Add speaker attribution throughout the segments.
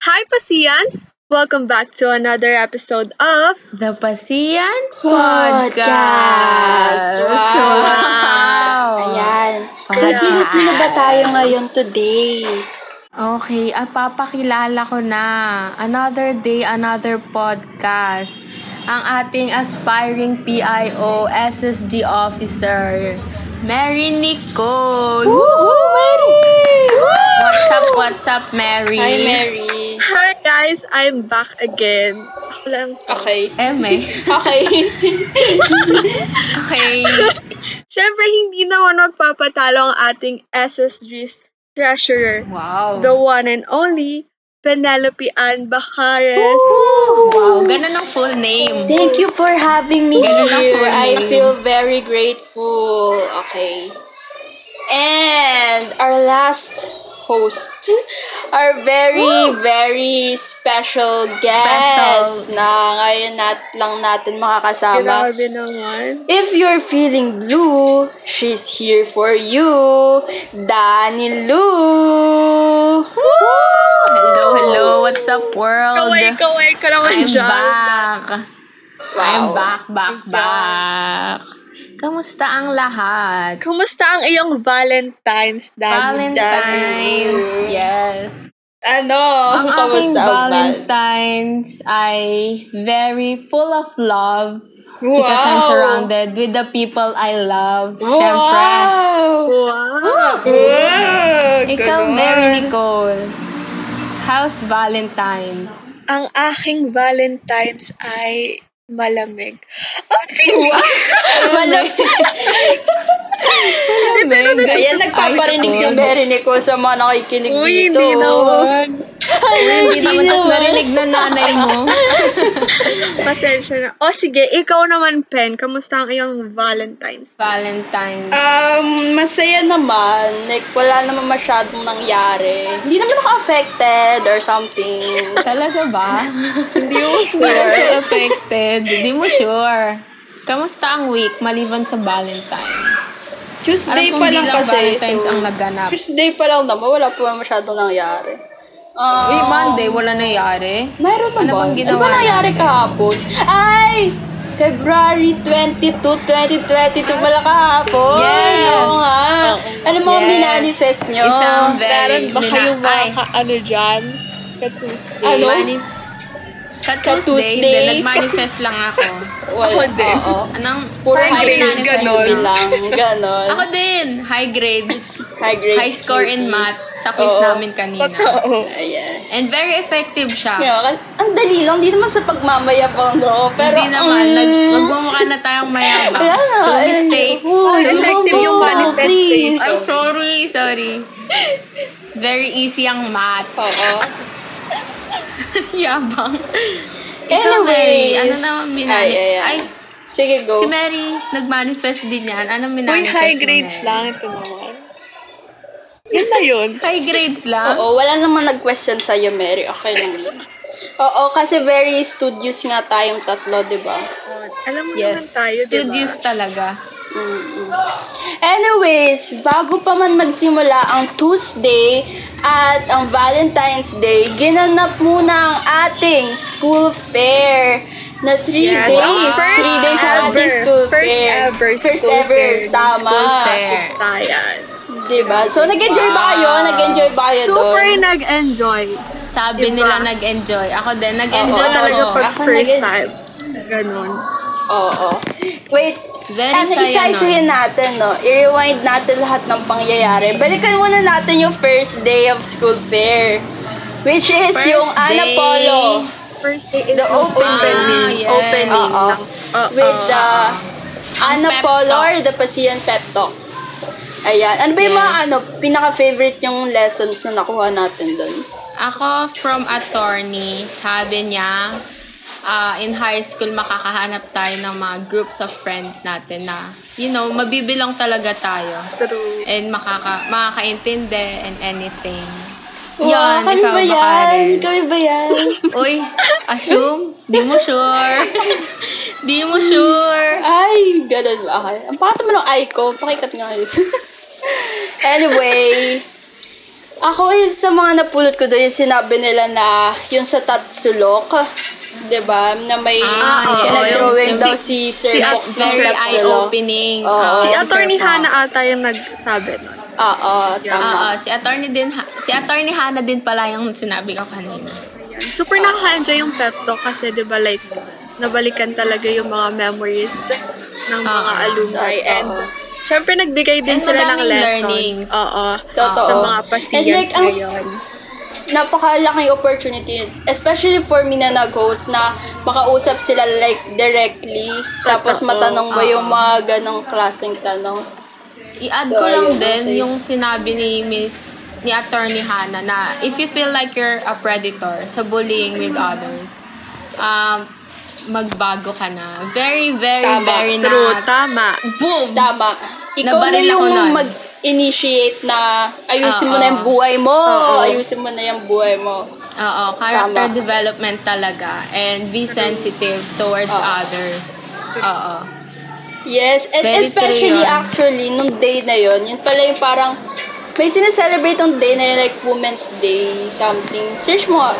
Speaker 1: Hi, Pasians! Welcome back to another episode of
Speaker 2: The Pasian
Speaker 3: Podcast!
Speaker 2: Wow!
Speaker 3: Ayan. So,
Speaker 2: Podcast.
Speaker 3: sino-sino ba tayo ngayon today?
Speaker 2: Okay, at papakilala ko na. Another day, another podcast. Ang ating aspiring PIO SSD officer, Mary Nicole! Woohoo! What's up, what's up, Mary?
Speaker 3: Hi, Mary.
Speaker 1: Hi, guys! I'm back again. Ako lang.
Speaker 3: Okay.
Speaker 2: Eme.
Speaker 3: Okay.
Speaker 2: Okay.
Speaker 1: Siyempre, hindi naman magpapatalo ang ating SSG's treasurer,
Speaker 2: Wow.
Speaker 1: the one and only Penelope Ann Bacares.
Speaker 2: Wow, ganun ang full name.
Speaker 3: Thank you for having me
Speaker 2: Ganun lang
Speaker 3: here.
Speaker 2: for
Speaker 3: I
Speaker 2: me.
Speaker 3: feel very grateful. Okay. And our last host, our very, very special guest na ngayon nat lang natin makakasama.
Speaker 1: Grabe naman.
Speaker 3: If you're feeling blue, she's here for you, Danny Lou.
Speaker 2: Hello, hello. What's up, world?
Speaker 1: Kaway, kaway ka naman
Speaker 2: I'm
Speaker 1: dyan.
Speaker 2: back. I'm
Speaker 3: Wow.
Speaker 2: back, back, back. Kamusta ang lahat?
Speaker 1: Kumusta ang iyong Valentine's, Danny?
Speaker 2: Valentine's,
Speaker 3: Daddy.
Speaker 2: yes.
Speaker 3: Ano?
Speaker 2: Ang aking
Speaker 3: Kamusta ang bal-
Speaker 2: Valentine's ay very full of love because
Speaker 3: Wow.
Speaker 2: I'm surrounded with the people I love.
Speaker 3: Wow.
Speaker 2: Siyempre.
Speaker 1: Wow!
Speaker 3: Wow.
Speaker 2: Ikaw,
Speaker 3: Ganon.
Speaker 2: Mary Nicole. How's Valentine's?
Speaker 1: Ang aking Valentine's ay malamig. Ang feeling!
Speaker 2: Malamig. Malamig.
Speaker 3: Kaya nagpaparinig
Speaker 2: Ice
Speaker 3: si
Speaker 2: cold.
Speaker 3: Mary Nico sa mga nakikinig
Speaker 1: Uy,
Speaker 3: dito.
Speaker 1: hindi naman.
Speaker 2: Hindi naman tas narinig na nanay mo.
Speaker 1: Pasensya na. O sige, ikaw naman, Pen. Kamusta ang iyong Valentine's?
Speaker 2: Valentine's.
Speaker 3: Um, masaya naman. Like, wala naman masyadong nangyari. Hindi naman ako affected or something.
Speaker 2: Talaga ba?
Speaker 1: Hindi mo
Speaker 2: Hindi
Speaker 1: sure.
Speaker 2: siya affected. Hindi mo sure. Kamusta ang week maliban sa Valentine's? Alam
Speaker 3: Tuesday
Speaker 2: kong
Speaker 3: pa
Speaker 2: hindi
Speaker 3: lang
Speaker 2: lang
Speaker 3: kasi.
Speaker 2: Valentine's
Speaker 3: so-
Speaker 2: ang naganap.
Speaker 3: Tuesday pa lang naman, wala pa masyadong nangyari. Um,
Speaker 2: Eh, Monday, wala nangyari.
Speaker 3: Mayroon
Speaker 2: Ano
Speaker 3: naman.
Speaker 2: bang
Speaker 3: Ano
Speaker 2: ginawa
Speaker 3: ba nangyari kahapon? Ay! February 22, 2022 pala kahapon.
Speaker 2: Yes.
Speaker 3: Oo nga. Ano mga
Speaker 2: Yes.
Speaker 3: minanifest nyo?
Speaker 2: Isang very...
Speaker 1: Meron ba
Speaker 2: mina-
Speaker 1: kayong mga
Speaker 2: Ay,
Speaker 1: ka-ano dyan? Ka-Tuesday?
Speaker 3: Ano?
Speaker 2: manif- Ka-Tuesday,
Speaker 3: Ka-Tuesday?
Speaker 2: hindi, nag-manifest lang ako.
Speaker 3: Wala.
Speaker 1: Ako din.
Speaker 3: Oo.
Speaker 2: Anong
Speaker 3: Puro
Speaker 2: Parang
Speaker 3: high
Speaker 1: grades,
Speaker 3: grades
Speaker 2: minanifest
Speaker 1: ganon.
Speaker 2: lang.
Speaker 3: lang. Ganon.
Speaker 2: Ako din, high grades.
Speaker 3: high grades.
Speaker 2: high score in
Speaker 3: cutie.
Speaker 2: math sa quiz
Speaker 3: Oo.
Speaker 2: namin kanina.
Speaker 1: Totoo.
Speaker 3: Ayan.
Speaker 2: And very effective siya.
Speaker 3: Yeah, kasi- ang dali lang, hindi naman sa pagmamayabang no, pero
Speaker 2: Hindi naman,
Speaker 3: mm,
Speaker 2: nag, magmumukha na tayong mayabang.
Speaker 3: Wala na.
Speaker 2: Two
Speaker 3: eh,
Speaker 2: mistakes.
Speaker 3: oh,
Speaker 1: effective
Speaker 3: oh,
Speaker 1: yung
Speaker 3: oh,
Speaker 1: manifestation.
Speaker 3: please.
Speaker 2: I'm sorry, sorry. Very easy ang math.
Speaker 3: Oo.
Speaker 2: Yabang. Ikaw, Mary,
Speaker 3: Anyways.
Speaker 2: ano naman
Speaker 3: Ay,
Speaker 2: minanifest?
Speaker 3: ay,
Speaker 2: Ay,
Speaker 3: ay. Sige, go.
Speaker 2: si Mary, nag-manifest din yan. Anong
Speaker 1: Uy,
Speaker 2: minanifest
Speaker 1: high
Speaker 2: mo,
Speaker 1: grades
Speaker 2: Mary?
Speaker 1: lang. Ito naman. Yun na yun.
Speaker 2: High grades lang?
Speaker 3: Oo, wala naman nag-question sa'yo, Mary. Okay lang yun. Oo, kasi very studious nga tayong tatlo, di ba?
Speaker 1: Oh, Alam mo naman
Speaker 2: Yes.
Speaker 3: diba?
Speaker 1: tayo, di ba?
Speaker 2: Studios talaga.
Speaker 3: Mm-mm. Mm-hmm. Anyways, bago pa man magsimula ang Tuesday at ang Valentine's Day, ginanap muna ang ating school fair na three
Speaker 1: Yes,
Speaker 3: days.
Speaker 1: wow.
Speaker 3: Three days ang
Speaker 1: First
Speaker 3: ating
Speaker 1: ever.
Speaker 3: school
Speaker 1: First
Speaker 3: fair.
Speaker 1: ever
Speaker 3: First
Speaker 1: school
Speaker 3: ever,
Speaker 1: fair.
Speaker 3: tama.
Speaker 2: School fair.
Speaker 1: Tayan.
Speaker 3: Diba? So, nag-enjoy ba kayo?
Speaker 2: Wow.
Speaker 3: Nag-enjoy ba kayo
Speaker 1: Super
Speaker 3: doon?
Speaker 1: nag-enjoy.
Speaker 2: Sabi
Speaker 1: Diba?
Speaker 2: nila nag-enjoy. Ako din,
Speaker 1: Enjoy
Speaker 2: nag-enjoy
Speaker 3: Oo.
Speaker 1: talaga
Speaker 2: ako.
Speaker 1: pag
Speaker 3: Ako
Speaker 1: first
Speaker 3: nag-en-
Speaker 1: time. Ganon.
Speaker 3: Oo. Wait,
Speaker 2: Very
Speaker 3: ano,
Speaker 2: saya
Speaker 3: isa-isahin natin, no? I-rewind natin lahat ng pangyayari. Balikan muna natin yung first day of school fair. Which is
Speaker 2: First
Speaker 3: yung
Speaker 2: day.
Speaker 3: Anapolo.
Speaker 1: First day is
Speaker 3: The open-
Speaker 1: opening.
Speaker 2: Ah, yes.
Speaker 1: Opening.
Speaker 3: Oo.
Speaker 1: ng- Oo.
Speaker 3: With the
Speaker 2: Ang uh, pep
Speaker 3: Anapolo
Speaker 2: talk.
Speaker 3: or the Pasian Pep Talk. Ayan. Ano ba yung mga
Speaker 2: Yes.
Speaker 3: ano, pinaka-favorite yung lessons na nakuha natin doon?
Speaker 2: Ako from attorney, sabi niya, ah, in high school makakahanap tayo ng mga groups of friends natin na, you know, mabibilang talaga tayo.
Speaker 1: True.
Speaker 2: And makaka makakaintindi and anything.
Speaker 3: Wow, kami
Speaker 2: ikaw
Speaker 3: ba
Speaker 2: baka
Speaker 3: yan?
Speaker 2: rin.
Speaker 3: Kami ba yan?
Speaker 2: Uy, assume? Di mo sure. Di mo sure.
Speaker 3: Ay, ganun ba? Okay. Ang pangat mo ng ay ko. Pakikat nga yun. anyway, Ako is sa mga napulot ko doon, yung sinabi nila na yung sa Tatsulok, 'di ba? Na may
Speaker 2: Ah,
Speaker 1: oo,
Speaker 2: yung
Speaker 3: pinag-drawing daw
Speaker 2: si-
Speaker 3: si
Speaker 2: si
Speaker 3: Sir
Speaker 2: at
Speaker 3: Box ng
Speaker 2: very
Speaker 3: Tatsulok.
Speaker 2: eye-opening.
Speaker 3: Oo.
Speaker 2: Oo.
Speaker 1: si
Speaker 3: si
Speaker 1: Attorney
Speaker 3: Sir Fox.
Speaker 1: Hannah ata yung nagsabi nun.
Speaker 3: Oo,
Speaker 2: Oo,
Speaker 3: tama.
Speaker 2: si attorney din ha- si attorney Hannah din pala yung sinabi ko kanina.
Speaker 1: Ayan. Super nakaka-enjoy yung pep talk kasi di ba like, nabalikan talaga yung mga memories ng mga
Speaker 2: Oo.
Speaker 1: alumni.
Speaker 3: Ah, Totoo.
Speaker 1: And syempre nagbigay din
Speaker 2: And
Speaker 1: sila ng
Speaker 2: madaming
Speaker 1: lessons.
Speaker 2: learnings.
Speaker 1: Oo.
Speaker 3: Totoo.
Speaker 1: Sa mga
Speaker 3: And
Speaker 1: pasigyan
Speaker 3: like, ang-
Speaker 1: ngayon.
Speaker 3: Napakalaking opportunity, especially for me na nag-host na makausap sila like directly, tapos
Speaker 1: Totoo.
Speaker 3: matanong mo
Speaker 2: Oo.
Speaker 3: yung mga ganong klaseng tanong.
Speaker 2: I-add
Speaker 3: So,
Speaker 2: ko lang
Speaker 3: ayun,
Speaker 2: din
Speaker 3: kasi-
Speaker 2: yung sinabi ni Miss ni Attorney Hannah na if you feel like you're a predator sa bullying with others, um, magbago ka na. Very, very,
Speaker 3: Tama.
Speaker 2: very na.
Speaker 1: True, tama.
Speaker 2: Boom!
Speaker 3: Tama. Ikaw na
Speaker 2: Nabaril ako
Speaker 3: yung
Speaker 2: nun.
Speaker 3: mag-initiate na ayusin mo
Speaker 2: Oo.
Speaker 3: na yung buhay mo,
Speaker 1: Oo.
Speaker 3: ayusin mo na yung buhay mo.
Speaker 2: Oo, character
Speaker 3: Tama.
Speaker 2: development talaga. And be sensitive towards
Speaker 3: Oo.
Speaker 2: others. Oo.
Speaker 3: Yes, and
Speaker 2: Very
Speaker 3: especially
Speaker 2: true yun.
Speaker 3: actually, nung day na yon yun pala yung parang may sineselebrate yung day na yun, like Women's Day, something. Search mo, ah,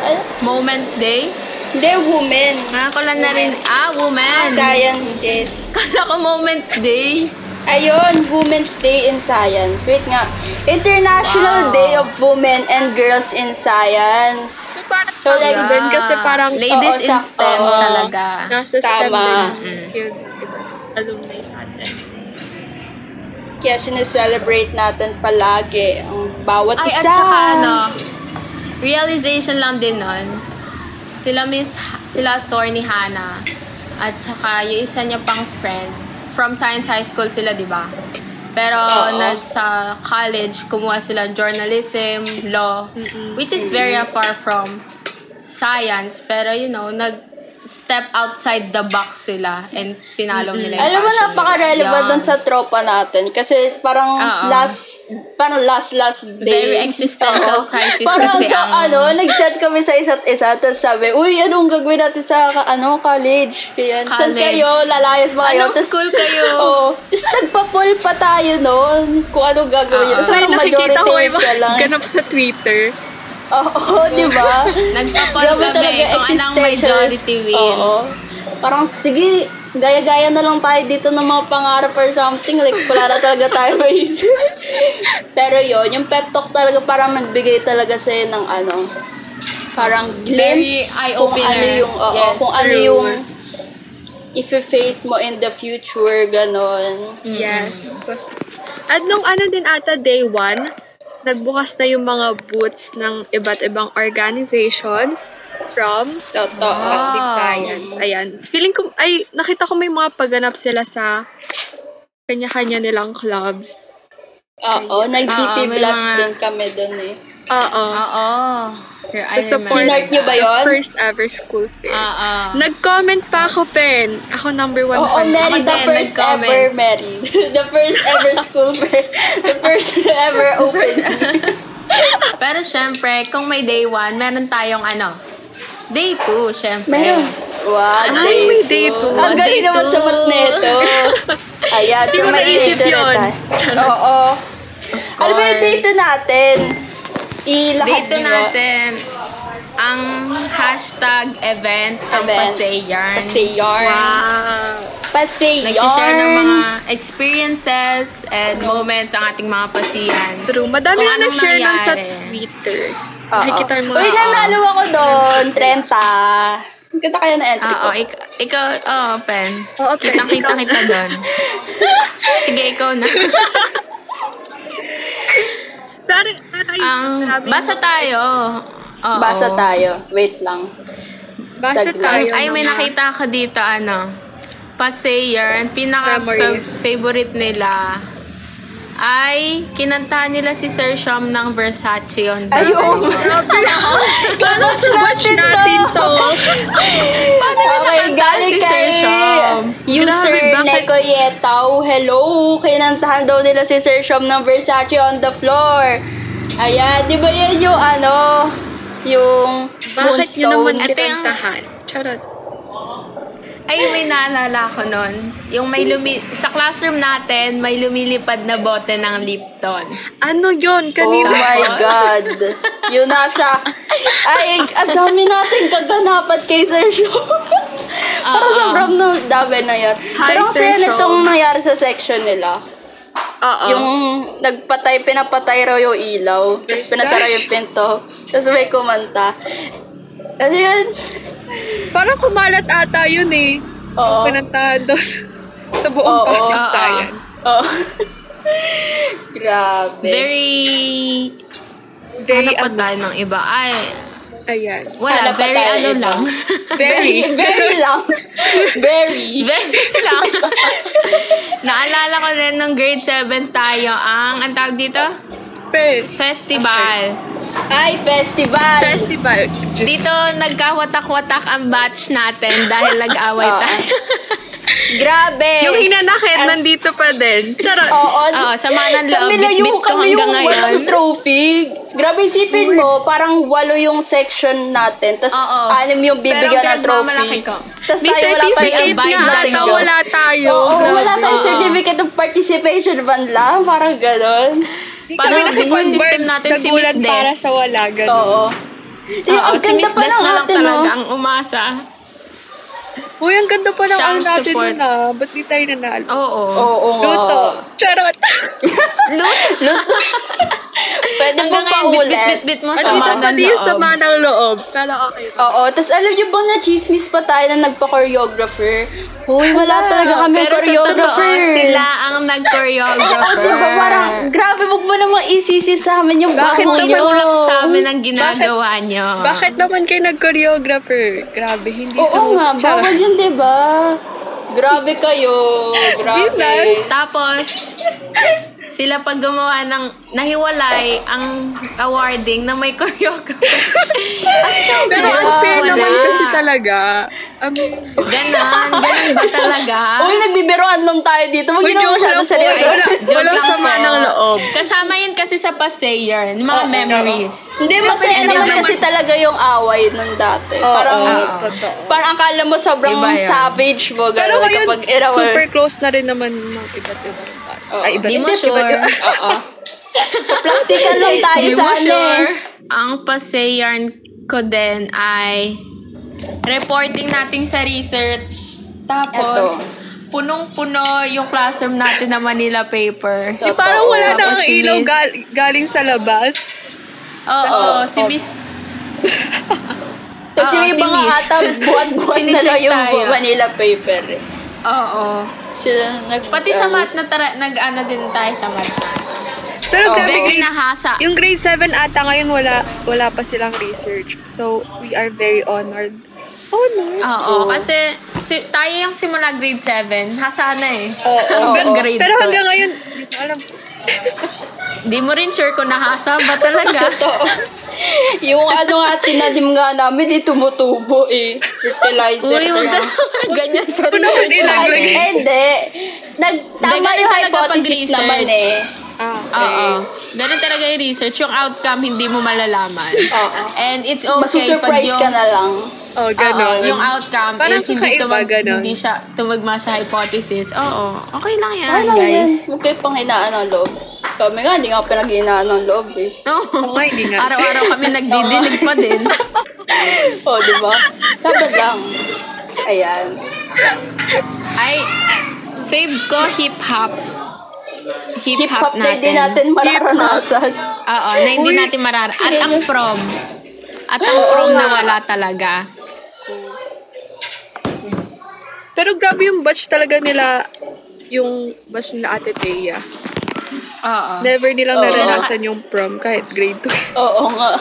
Speaker 2: Moments Day?
Speaker 3: hindi, women.
Speaker 2: Nga ko lang na rin. Ah, woman!
Speaker 3: Scientist.
Speaker 2: Kala ko Moments Day.
Speaker 3: Ayun, Women's Day in Science. Wait nga,
Speaker 2: Wow.
Speaker 3: International Day of Women and Girls in Science. So like,
Speaker 1: Tama din kasi parang
Speaker 2: Ladies
Speaker 3: oo,
Speaker 2: in
Speaker 3: sa-
Speaker 2: STEM
Speaker 3: oo.
Speaker 2: talaga.
Speaker 1: nasa STEM
Speaker 3: Tama.
Speaker 1: din yung field ng ibang alumni sa atin.
Speaker 3: Kaya sineselebrate natin palagi ang bawat
Speaker 2: Ay,
Speaker 3: isa.
Speaker 2: at saka ano, realization lang din nun. Sila Miss, sila Thor ni Hannah. At saka yung isa niya pang friend. From Science High School sila, di ba? Pero
Speaker 3: Oo.
Speaker 2: nag sa college, kumuha sila journalism, law, which is very far from science. Pero you know, nag step outside the box sila and pinalo nila yung
Speaker 3: Alam mo,
Speaker 2: passion nila.
Speaker 3: napaka-relevant
Speaker 2: Yan.
Speaker 3: dun sa tropa natin. Kasi parang
Speaker 2: Oo.
Speaker 3: last, parang last, last day.
Speaker 2: Very existential
Speaker 3: Oo.
Speaker 2: crisis
Speaker 3: Parang
Speaker 2: kasi
Speaker 3: sa
Speaker 2: ang-
Speaker 3: ano, nag-chat kami sa isa't isa. Tapos sabi, uy, anong gagawin natin sa ka- ano, college? Ayan. Saan
Speaker 2: College.
Speaker 3: kayo? Lalayas ba kayo?
Speaker 2: Anong school kayo?
Speaker 3: Oo. Tapos nagpa-poll pa tayo noon kung anong
Speaker 2: Oo.
Speaker 3: gagawin. Tapos
Speaker 1: So, yung
Speaker 3: parang
Speaker 1: nakikita
Speaker 3: majority
Speaker 1: ko yung
Speaker 3: isa lang.
Speaker 1: mga ganap sa Twitter.
Speaker 3: Oo, di ba?
Speaker 2: Nagpapon
Speaker 3: Grabe
Speaker 2: kami
Speaker 3: talaga,
Speaker 2: kung anong
Speaker 3: existential.
Speaker 2: majority wins.
Speaker 3: Oo. Parang sige, gaya-gaya na lang tayo dito ng mga pangarap or something. Like, wala na talaga tayo maisip. Pero yon yung pep talk talaga parang nagbigay talaga sa'yo ng ano, parang
Speaker 2: Very
Speaker 3: glimpse kung
Speaker 2: eye-opener.
Speaker 3: ano yung, oo,
Speaker 2: Yes,
Speaker 3: kung ano
Speaker 1: true.
Speaker 3: yung if face mo in the future, ganon.
Speaker 1: Yes. Mm. At nung ano din ata, day one, nagbukas na yung mga booths ng iba't ibang organizations from
Speaker 3: Totoo.
Speaker 1: Basic Science. Ayan. Feeling ko, ay, nakita ko may mga pagganap sila sa kanya-kanya nilang clubs.
Speaker 3: Oo,
Speaker 2: Oo,
Speaker 3: nag-DP
Speaker 2: Ah. may
Speaker 3: plus
Speaker 2: mga-
Speaker 3: din kami dun eh.
Speaker 1: Oo.
Speaker 2: Oo. Your
Speaker 1: To support
Speaker 3: Kinart nyo ba yun?
Speaker 1: first ever school fair.
Speaker 2: Oo.
Speaker 1: Nag-comment pa ako, Pen. Ako number one
Speaker 3: Oo,
Speaker 1: fan.
Speaker 3: Mary,
Speaker 2: Ako
Speaker 3: the
Speaker 2: din,
Speaker 3: first
Speaker 2: nag-comment.
Speaker 3: ever Mary. The first ever school fair. The first ever open.
Speaker 2: Pero syempre, kung may day one, meron tayong ano, day two, syempre.
Speaker 3: Meron. Wow,
Speaker 1: Ay, may day two.
Speaker 3: Ang
Speaker 2: Day
Speaker 3: galing naman
Speaker 2: two.
Speaker 3: sa matneto. Ayan,
Speaker 1: Hindi
Speaker 3: so
Speaker 1: ko
Speaker 3: may
Speaker 1: naisip
Speaker 3: day two na
Speaker 1: yun.
Speaker 3: tayo. Oo. Ano ba yung day two natin? Ilahad
Speaker 2: Dito
Speaker 3: nyo.
Speaker 2: natin ang hashtag event, ang
Speaker 3: Event.
Speaker 2: Pasayan.
Speaker 3: Pasayarn.
Speaker 1: Wow.
Speaker 3: Pasayarn.
Speaker 2: Nag-share ng mga experiences and moments ang ating mga pasiyan.
Speaker 1: True. Madami
Speaker 2: Kung
Speaker 1: na
Speaker 2: anong
Speaker 1: nag-share nun sa
Speaker 2: nangyari.
Speaker 1: Twitter.
Speaker 3: Oo.
Speaker 1: Nakikita yung mga...
Speaker 3: Uy, nanalo ako doon. 30. Ang Ganda kaya na entry ko.
Speaker 2: Ah, Oo, ik- ikaw, oo, Pen.
Speaker 1: Oo, Pen.
Speaker 2: Kitang-kita
Speaker 1: Ikaw.
Speaker 2: kita doon. Sige, ikaw na.
Speaker 1: Pero, pero ayun,
Speaker 2: Ang,
Speaker 1: grabe yung-
Speaker 2: basa tayo. Oo.
Speaker 3: Basa tayo. Wait lang.
Speaker 1: Basa
Speaker 3: Saglit.
Speaker 1: tayo.
Speaker 2: Ay, may
Speaker 1: mga-
Speaker 2: nakita ako dito, ano. Pasayer, ang
Speaker 1: Memories.
Speaker 2: pinaka-favorite nila ay kinanta nila si Sir Shom ng Versace on the
Speaker 3: Ayun.
Speaker 1: Grabe. Paano sa watch
Speaker 3: natin
Speaker 1: natin to?
Speaker 2: Paano nila
Speaker 3: Okay,
Speaker 2: kanta
Speaker 3: galing
Speaker 2: si Sir
Speaker 3: kay
Speaker 2: Shom?
Speaker 3: user
Speaker 1: Grabe, bakit-
Speaker 3: Neko Yetaw. Hello! Kinantahan daw nila si Sir Shom ng Versace on the floor. Ayan, di ba yan yung ano? Yung
Speaker 1: Bakit yun naman
Speaker 3: Moonstone?
Speaker 2: Ito yung-
Speaker 1: kinantahan? Charot.
Speaker 2: Ay, may naalala ko nun. Yung may lumi... Sa classroom natin, may lumilipad na bote ng Lipton.
Speaker 1: Ano yon
Speaker 3: Oh
Speaker 1: kanina?
Speaker 3: my God. Yung nasa... Ay, ang dami nating kaganapan kay Sir Show. Parang
Speaker 2: Oo.
Speaker 3: sobrang na, dami na yun.
Speaker 1: Hi,
Speaker 3: Pero kasi
Speaker 1: Sir
Speaker 3: yan
Speaker 1: Show.
Speaker 3: itong nangyari sa section nila.
Speaker 1: Oo.
Speaker 3: Yung nagpatay, pinapatay raw yung ilaw. Tapos pinasara yung pinto. Tapos may kumanta. Ano yun?
Speaker 1: Parang kumalat ata yun eh.
Speaker 3: Oo.
Speaker 1: Pinantahan daw sa, sa buong
Speaker 3: Oo.
Speaker 1: passing
Speaker 2: Oo.
Speaker 1: science.
Speaker 3: Oo. Grabe.
Speaker 2: Very...
Speaker 1: Very,
Speaker 2: ano pa
Speaker 1: ano,
Speaker 2: tayo ng iba? Ay,
Speaker 1: ayan.
Speaker 2: wala.
Speaker 3: Ano pa
Speaker 2: very
Speaker 3: tayo
Speaker 2: ano
Speaker 3: iba?
Speaker 2: lang.
Speaker 1: Very.
Speaker 3: Very lang. Very.
Speaker 2: very lang. Naalala ko rin nung grade 7 tayo ang, ang tawag dito?
Speaker 1: Fest.
Speaker 2: Festival.
Speaker 3: Ay, festival.
Speaker 1: Festival.
Speaker 2: Dito, nagkawatak-watak ang batch natin dahil nag-away
Speaker 3: Oo.
Speaker 2: tayo.
Speaker 3: Grabe.
Speaker 1: Yung hinanakit,
Speaker 3: As-
Speaker 1: nandito pa din. Charot.
Speaker 3: Oo.
Speaker 2: Oo, sama ng loob.
Speaker 3: Kami lang yung,
Speaker 2: Bit-bit ko
Speaker 3: kami
Speaker 2: hanggang
Speaker 3: yung walang
Speaker 2: ngayon.
Speaker 3: trophy. Grabe, isipin mo, parang walo yung section natin. Tapos
Speaker 2: Oo.
Speaker 3: anim yung bibigyan
Speaker 2: Pero
Speaker 3: ng trophy.
Speaker 2: pinagmamalaki ko.
Speaker 3: Tapos
Speaker 1: May
Speaker 3: tayo wala tayong
Speaker 1: certificate
Speaker 2: abide
Speaker 1: na
Speaker 2: na
Speaker 1: ata,
Speaker 2: rin.
Speaker 1: wala tayo.
Speaker 3: Oo,
Speaker 1: Grabe.
Speaker 3: wala tayong
Speaker 2: Oo.
Speaker 3: certificate of participation man lang. Parang ganun.
Speaker 1: Hindi
Speaker 2: Parang
Speaker 1: kami nakipag-bird,
Speaker 2: system natin si
Speaker 1: nagulat
Speaker 2: Miss Des.
Speaker 1: para sa wala. Ganun.
Speaker 3: Oo. Yung,
Speaker 2: Oo,
Speaker 3: ang
Speaker 2: si
Speaker 3: ganda
Speaker 2: Miss
Speaker 3: pa
Speaker 2: Des
Speaker 3: ng
Speaker 2: na lang
Speaker 3: atin, no?
Speaker 2: talaga ang umasa.
Speaker 1: Uy, ang ganda pa ng
Speaker 2: Siya
Speaker 1: ano
Speaker 2: ang
Speaker 1: natin
Speaker 2: support.
Speaker 1: nun ah. Ba't di tayo nanalo?
Speaker 2: Oo.
Speaker 3: Oo nga.
Speaker 1: Luto. Charot.
Speaker 2: Lut.
Speaker 3: Pwede po
Speaker 2: Hanggang
Speaker 3: pa
Speaker 2: ngayon,
Speaker 3: ulit.
Speaker 2: bit-bit-bit mo sa
Speaker 1: Andito
Speaker 2: mga
Speaker 1: pa din yung sama ng loob. Pero okay.
Speaker 3: Oo, tapos alam niyo bang na-chismis pa tayo na nagpa-choreographer? Uy, wala talaga kami
Speaker 2: Pero sa totoo,
Speaker 3: choreographer.
Speaker 2: sila ang
Speaker 3: Oo,
Speaker 2: nag-choreographer.
Speaker 3: diba? Parang, grabe, wag mo namang isisi sa amin yung
Speaker 1: Bakit
Speaker 3: bakong
Speaker 1: naman
Speaker 2: Tumulak
Speaker 3: yun.
Speaker 2: sa amin ang ginagawa nyo.
Speaker 1: Bakit naman kayo nag-choreographer? Grabe, hindi
Speaker 3: Oo nga,
Speaker 1: sumusunod. Charot.
Speaker 3: bawal yun, diba? Grabe kayo.
Speaker 1: Binan.
Speaker 3: Grabe.
Speaker 2: Tapos, sila pag gumawa ng nahiwalay ang awarding na may choreographer.
Speaker 1: Pero
Speaker 2: Wala,
Speaker 1: unfair
Speaker 2: wala.
Speaker 1: naman kasi talaga. Um, I mean,
Speaker 2: Ganon, ganon ba talaga?
Speaker 3: Uy, nagbibiroan lang tayo dito. Wag
Speaker 1: Uy,
Speaker 3: yun naman
Speaker 1: joke
Speaker 3: masyado
Speaker 1: lang po.
Speaker 3: seryoso.
Speaker 1: Wala,
Speaker 2: Joke
Speaker 1: walang
Speaker 2: lang
Speaker 1: sama
Speaker 2: po.
Speaker 1: ng loob.
Speaker 2: Kasama yun kasi sa pasayer, yung mga
Speaker 3: Oo,
Speaker 2: memories.
Speaker 3: Hindi, masaya
Speaker 2: and
Speaker 3: naman
Speaker 2: then-
Speaker 3: kasi talaga yung away nung dati.
Speaker 1: Oo,
Speaker 3: Parang,
Speaker 1: oo, Ah, totoo.
Speaker 3: parang akala mo sobrang
Speaker 2: Iba yun.
Speaker 3: savage mo.
Speaker 1: Pero
Speaker 3: Ganun,
Speaker 1: ngayon,
Speaker 3: kapag inawan.
Speaker 1: super close na rin naman ng iba't ibang tao.
Speaker 3: Oo.
Speaker 1: Ay, iba't
Speaker 2: Di mo
Speaker 1: iba't
Speaker 2: sure.
Speaker 1: iba't iba-
Speaker 3: Oo. Plastikan lang tayo
Speaker 2: Di
Speaker 3: sa
Speaker 2: mo
Speaker 3: ano.
Speaker 2: sure. Ang pasayer ko din ay reporting natin sa research. Tapos,
Speaker 3: Eto.
Speaker 2: punong-puno yung classroom natin na Manila paper.
Speaker 3: Totoo.
Speaker 1: Eh, parang wala na ang
Speaker 2: Tapos si
Speaker 1: ilaw
Speaker 2: Miss-
Speaker 1: gal- galing sa labas.
Speaker 2: Oo, si Miss
Speaker 3: Tapos yung
Speaker 2: Oo,
Speaker 3: iba
Speaker 2: Ah, si
Speaker 3: nga
Speaker 2: Miss.
Speaker 3: ata, buwan-buwan na lang
Speaker 2: Chinecheck
Speaker 3: yung
Speaker 2: tayo.
Speaker 3: Manila paper. eh.
Speaker 2: Oo.
Speaker 3: Sila nag...
Speaker 2: Pati sa
Speaker 3: ano,
Speaker 2: mat, natara, nag-ano din tayo sa mat.
Speaker 1: Pero
Speaker 3: Oo.
Speaker 1: grabe,
Speaker 2: Very
Speaker 1: grade,
Speaker 2: nahasa.
Speaker 1: yung grade 7 ata ngayon wala, wala pa silang research. So, we are very honored. Honored?
Speaker 2: Oo, kasi si, tayo yung simula grade 7. Hasa na eh.
Speaker 1: Oo. Pero-
Speaker 2: Hanggang grade
Speaker 1: Pero
Speaker 2: two.
Speaker 1: hanggang ngayon, hindi ko alam.
Speaker 2: Di mo rin sure kung nahasa ba talaga.
Speaker 3: Totoo. yung ano nga, tinadim nga namin, di tumutubo eh. Fertilizer.
Speaker 2: Uy, huwag ka
Speaker 3: lang.
Speaker 2: naman ganyan sa
Speaker 1: Una ko din
Speaker 3: Ay,
Speaker 1: naglagay.
Speaker 2: research.
Speaker 3: eh, Hindi. Nag, tama
Speaker 2: ganun
Speaker 3: yung
Speaker 2: talaga pag
Speaker 3: hypothesis
Speaker 2: research.
Speaker 3: naman eh.
Speaker 1: Ah,
Speaker 2: Oo. Ganun talaga yung research. Yung outcome, hindi mo malalaman.
Speaker 3: Oo.
Speaker 2: And it's okay pag
Speaker 3: Masusurprise
Speaker 2: yung...
Speaker 3: ka na lang.
Speaker 1: oh, ganun.
Speaker 2: Oo, Ah, yung outcome
Speaker 1: Parang
Speaker 2: is hindi,
Speaker 1: kakaiba,
Speaker 2: tumag,
Speaker 1: ganun.
Speaker 2: hindi siya tumagma sa hypothesis. Oo, okay lang yan,
Speaker 3: Ano yan?
Speaker 2: guys.
Speaker 3: Huwag kayo pang hinaan ng loob. Kami nga, hindi nga pinaghinaan ng loob eh.
Speaker 2: Oo,
Speaker 1: nga, hindi nga.
Speaker 2: Araw-araw kami nagdidilig pa din.
Speaker 3: O, Oh, di ba? Dapat lang. Ayan.
Speaker 2: Ay, fave ko hip-hop.
Speaker 3: Hip-hop
Speaker 2: Hip-hop
Speaker 3: na hindi
Speaker 2: natin.
Speaker 3: natin mararanasan.
Speaker 2: Oo, na hindi
Speaker 1: Uy.
Speaker 2: natin marara. At ang prom. At ang prom na wala talaga.
Speaker 1: Pero grabe yung batch talaga nila, yung batch nila Ate Thea.
Speaker 2: Oo.
Speaker 1: Never nilang
Speaker 3: Oo.
Speaker 1: naranasan yung prom kahit grade 2.
Speaker 3: Oo nga.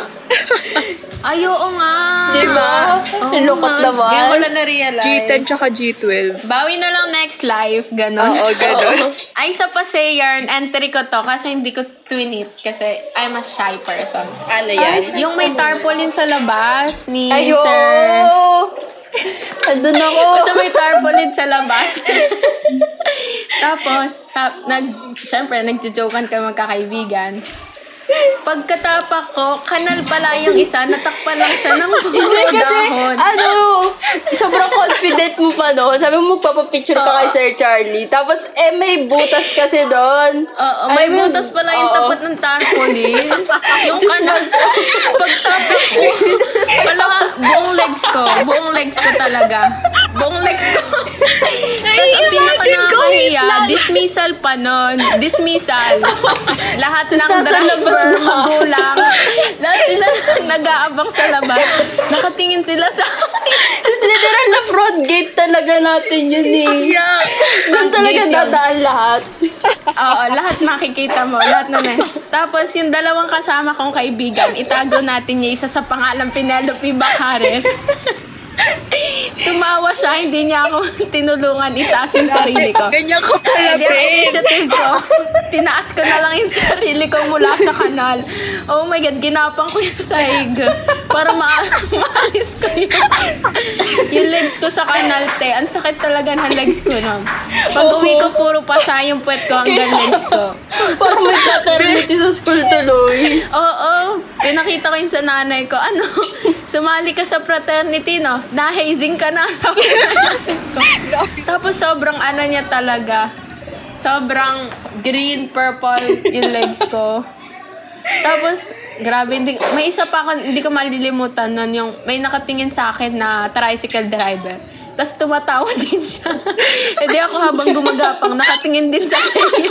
Speaker 2: Ay, oo nga.
Speaker 3: Di
Speaker 2: Diba?
Speaker 3: ba?
Speaker 2: Oo
Speaker 3: Ang lukot
Speaker 2: nga.
Speaker 3: naman.
Speaker 2: Ngayon ko lang na-realize.
Speaker 1: G10 tsaka G12.
Speaker 2: Bawi na lang next life, ganon.
Speaker 1: Oo, ganun.
Speaker 2: Ay, sa Pasayarn, entry ko to kasi hindi ko twin it kasi I'm a shy person.
Speaker 3: Ano yan?
Speaker 2: Yung may tarpaulin sa labas ni
Speaker 3: Ayo!
Speaker 2: Sir... Oh,
Speaker 3: Andun ako.
Speaker 2: Basta may tarpaulin sa labas. Tapos, sa, nag, syempre, nagjo-jokean kayo magkakaibigan. Pagkatapak ko, kanal pala yung isa, natakpan lang siya ng
Speaker 3: Hindi
Speaker 2: puro
Speaker 3: kasi,
Speaker 2: dahon.
Speaker 3: ano, sobrang confident mo pa noon. Sabi mo, magpapapicture ka kay Sir Charlie. Tapos, eh, may butas kasi doon.
Speaker 2: Oo,
Speaker 3: Ay,
Speaker 2: may
Speaker 3: may-
Speaker 2: butas pala yung
Speaker 3: oo.
Speaker 2: tapat ng tarpaulin. yung kanan ko. Pagtapik ko. Wala ka, buong legs ko. Buong legs ko talaga. Buong legs ko. Tapos ang pinaka nakakahiya, dismissal pa nun. Dismissal. Lahat ng
Speaker 3: nasa
Speaker 2: driver,
Speaker 3: labas na.
Speaker 2: magulang. Lahat sila nag-aabang sa labas. Nakatingin sila sa akin.
Speaker 3: Tapos, literal na front gate talaga natin yun eh.
Speaker 2: Yeah.
Speaker 3: Doon talaga dadaan lahat.
Speaker 2: Oo, lahat makikita mo. Lahat na may. Tapos, yung dalawang kasama kong kaibigan, itago natin yung isa sa pangalan Penelope Bacares. Tumawa siya, hindi niya ako tinulungan itaas yung sarili ko.
Speaker 1: Ganyan ko eh. pala,
Speaker 2: Hindi ako
Speaker 1: babe.
Speaker 2: initiative ko. Tinaas ko na lang yung sarili ko mula sa kanal. Oh my God, ginapang ko yung sahig. Para ma maalis ko yung, yung legs ko sa kanal, te. Ang sakit talaga ng legs ko, no? Pag uwi ko, puro pasa yung puwet ko hanggang legs ko.
Speaker 3: Parang may paternity sa school tuloy.
Speaker 2: Oo, pinakita ko yun sa nanay ko. Ano, sumali ka sa fraternity, no? Nahazing ka na. Sabi ng nanay ko. Tapos sobrang ano niya talaga. Sobrang green, purple yung legs ko. Tapos, grabe, hindi, may isa pa ako, hindi ko malilimutan nun, yung may nakatingin sa akin na tricycle driver. Tapos tumatawa din siya. E di ako habang gumagapang, nakatingin din sa akin.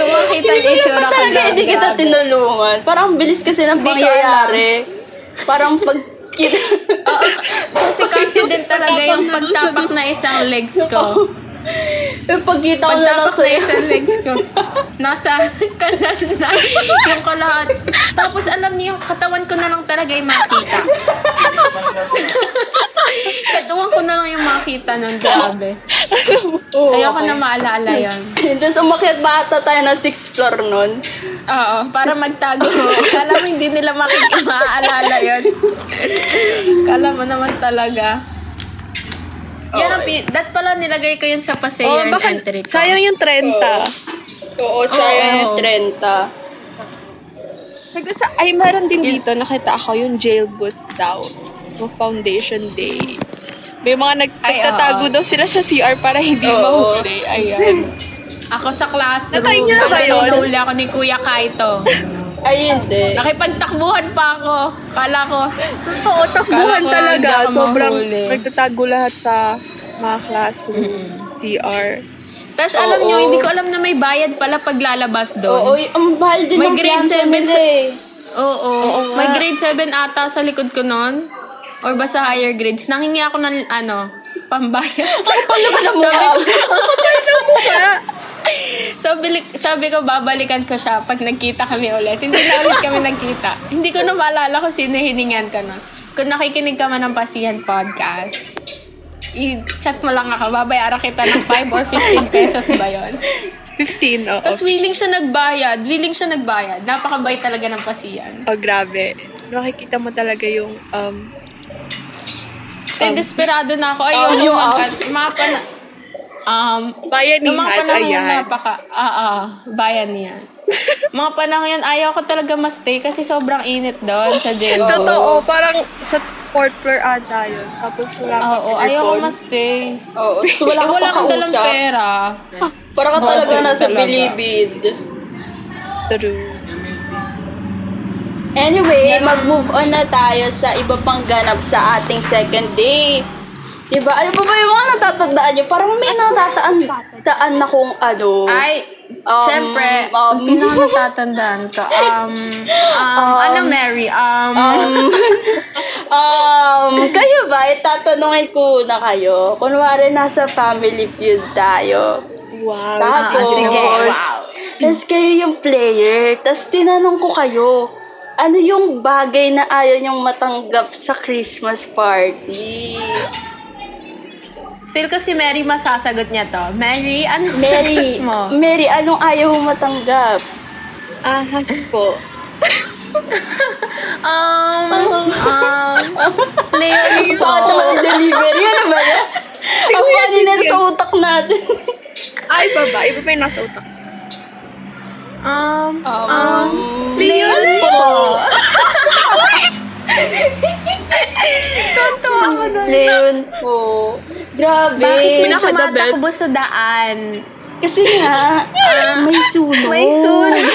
Speaker 2: Kumakita yung
Speaker 3: Hindi
Speaker 2: itsura ko
Speaker 3: naman talaga,
Speaker 2: lang.
Speaker 3: hindi kita
Speaker 2: grabe.
Speaker 3: tinulungan. Parang ang bilis kasi
Speaker 2: Hindi
Speaker 3: ng
Speaker 2: ko
Speaker 3: pangyayari. Parang pag...
Speaker 2: Oo, kasi confident talaga yung pagtapak na isang legs ko.
Speaker 3: Yung pagkita ko na lang
Speaker 2: Pagtapak na
Speaker 3: sa'yo.
Speaker 2: isang legs ko. Nasa kanal na yung kalahat. Tapos alam niyo, yung katawan ko na lang talaga yung makita. katawan ko na lang yung makita ng grabe.
Speaker 3: Oo,
Speaker 2: Ayoko
Speaker 3: okay.
Speaker 2: na maalala yan.
Speaker 3: Tapos umakyat ba ata tayo ng 6th floor nun?
Speaker 2: Oo, para magtago. Kala mo hindi nila makik- maaalala yun. Kala mo naman talaga. Yan ang pi- that pala nilagay ko yun sa paseo
Speaker 1: Oh,
Speaker 2: and
Speaker 1: baka
Speaker 2: entry ko.
Speaker 1: sayang yung 30.
Speaker 3: Oo, siya
Speaker 2: Oo.
Speaker 3: yung 30.
Speaker 1: Sagot sa- ay, meron din dito, nakita ako yung jail boot daw. Yung foundation day. May mga
Speaker 2: Ay,
Speaker 1: nagtatago
Speaker 2: oo.
Speaker 1: daw sila sa CR para hindi
Speaker 3: Oo.
Speaker 1: mahuli. Ayan.
Speaker 2: Ako sa classroom.
Speaker 1: Natry niyo na ba yun?
Speaker 2: Nakahuli ako ni Kuya Kaito.
Speaker 3: Ay, hindi.
Speaker 2: Nakipagtakbuhan pa ako. Kala ko.
Speaker 1: Totoo, takbuhan
Speaker 2: Kala ko
Speaker 1: talaga.
Speaker 2: hindi ako
Speaker 1: Sobrang
Speaker 2: mahuli.
Speaker 1: nagtatago lahat sa mga classroom, CR.
Speaker 2: Tapos alam
Speaker 3: Oo.
Speaker 2: nyo, hindi ko alam na may bayad pala paglalabas
Speaker 3: Oo,
Speaker 2: doon.
Speaker 3: y- ang bahal din
Speaker 2: May
Speaker 3: ng
Speaker 2: grade
Speaker 3: plansa
Speaker 2: seven
Speaker 3: nila
Speaker 2: sa-
Speaker 3: eh.
Speaker 2: Oo.
Speaker 1: nga.
Speaker 2: May grade 7 ata sa likod ko noon. Or ba sa higher grades. Nangingi ako ng ano, pambayad. Ang pala mo sabi ko, sabi, sabi ko, babalikan ko siya pag nagkita kami ulit. Hindi na ulit kami nagkita. Hindi ko na maalala kung sino hiningan ko noon. Kung nakikinig ka man ng Pasiyan Podcast, i-chat mo lang ako. Babayara kita ng 5 or 15 pesos ba yun?
Speaker 1: 15, oo.
Speaker 2: Tapos willing siya nagbayad. Willing siya nagbayad. Napakabait talaga ng Pasiyan.
Speaker 1: Oh, grabe. Nakikita mo talaga yung, um,
Speaker 2: Kaya desperado na ako. Ayaw
Speaker 3: Oh,
Speaker 2: oh,
Speaker 3: yung
Speaker 2: mag- mapa na... Um, yung mga
Speaker 1: bayanihan,
Speaker 2: panahon
Speaker 1: ayan.
Speaker 2: na napaka... Ah, ah, bayan niya. mga panahon yan, ayaw ko talaga ma-stay kasi sobrang init doon sa jail.
Speaker 3: Oo.
Speaker 2: Oo,
Speaker 1: Totoo, parang sa fourth floor ata yun. Tapos wala kang
Speaker 2: ayaw ko
Speaker 1: aircon.
Speaker 2: ma-stay.
Speaker 3: Oo, tapos wala
Speaker 2: Eh,
Speaker 3: ka
Speaker 2: wala
Speaker 3: pang
Speaker 2: kang dalang
Speaker 3: kausap.
Speaker 2: pera.
Speaker 3: Para ka
Speaker 2: Bawal
Speaker 3: talaga
Speaker 2: talaga.
Speaker 3: nasa bilibid.
Speaker 1: True.
Speaker 3: Anyway, mag-move on na tayo sa iba pang ganap sa ating second day. Diba? Ano pa ba yung mga natatandaan nyo? Parang may natatandaan na kung ano.
Speaker 2: Ano Ay,
Speaker 3: Um,
Speaker 2: syempre,
Speaker 3: um,
Speaker 2: pinaka natatandaan ko. Um, um, ano, Mary? Um,
Speaker 3: Um, um, kayo ba? Itatanungin ko na kayo. Kunwari, nasa family feud tayo.
Speaker 1: Wow.
Speaker 3: Tapos,
Speaker 2: ah, sige, wow.
Speaker 3: tas kayo yung player. Tapos tinanong ko kayo, ano yung bagay na ayaw niyong matanggap sa Christmas party?
Speaker 2: feel ko si Mary masasagot niya to. Mary, ano
Speaker 3: Mary,
Speaker 2: sagot mo?
Speaker 3: Mary, anong ayaw mong matanggap?
Speaker 1: Ahas po.
Speaker 2: Um, um, layer
Speaker 3: Baka naman
Speaker 2: po.
Speaker 3: ang delivery, ano ba yan? Ang funny na sa utak natin.
Speaker 1: Ay, iba ba? Iba pa yung nasa utak.
Speaker 2: Um,
Speaker 3: Um, Ano
Speaker 2: layer po. Tonto ako doon.
Speaker 3: Leon po. Grabe.
Speaker 2: Bakit
Speaker 1: Yun
Speaker 2: yung
Speaker 1: ako, the best.
Speaker 2: eh, tumatakbo sa daan? Oh.
Speaker 3: Kasi nga, ah, may sunog.
Speaker 2: May sunog.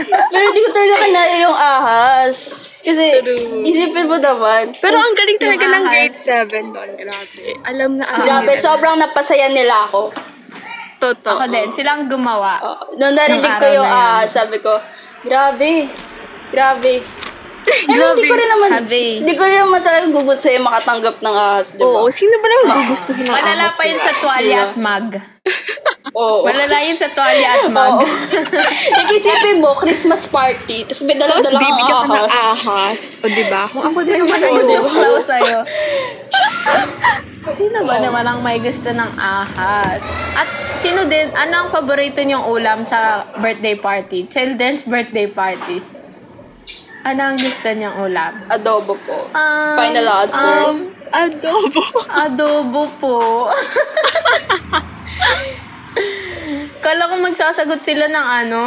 Speaker 3: Pero di ko talaga kanaya yung ahas. Kasi,
Speaker 1: True.
Speaker 3: isipin mo naman.
Speaker 1: Pero ang galing talaga
Speaker 2: Yung
Speaker 1: ng
Speaker 2: ahas. Ah,
Speaker 1: grade 7 doon. Grabe. Alam na alam.
Speaker 3: Grabe,
Speaker 1: nila.
Speaker 3: sobrang napasaya nila ako.
Speaker 1: Totoo.
Speaker 2: Ako din, silang gumawa.
Speaker 3: Oh, nung narinig
Speaker 2: Nung
Speaker 3: ko
Speaker 2: araw
Speaker 3: yung
Speaker 2: na yun.
Speaker 3: ahas, sabi ko, grabe. Grabe. Pero
Speaker 1: Grabe.
Speaker 3: hindi ko rin naman,
Speaker 2: Grabe.
Speaker 3: hindi ko rin naman talaga gugusto yung makatanggap ng ahas, di ba?
Speaker 1: Oo, sino ba naman gugustuhin ng
Speaker 2: Malala
Speaker 1: ahas,
Speaker 2: pa yun
Speaker 1: diba?
Speaker 2: sa tuwalya at mag.
Speaker 3: Oo.
Speaker 2: Malala yun sa tuwalya at mag.
Speaker 3: Oo. Ikisipin mo, Christmas party, tapos may
Speaker 1: Tapos
Speaker 3: dala-dala kang
Speaker 1: bibigyan ka ng
Speaker 3: ahas.
Speaker 2: ah,
Speaker 1: ahas. O diba? Kung ako din naman
Speaker 2: Ano
Speaker 1: ang
Speaker 2: yung
Speaker 3: Oo.
Speaker 2: duklaw sa'yo? Sino ba naman ang may gusto ng ahas? At sino din, ano ang paborito niyong ulam sa birthday party? Children's birthday party. Ano ang gusto niyang ulam?
Speaker 3: Adobo po.
Speaker 2: Um,
Speaker 3: Final answer.
Speaker 2: um,
Speaker 1: adobo.
Speaker 2: adobo po. Kala ko magsasagot sila ng ano?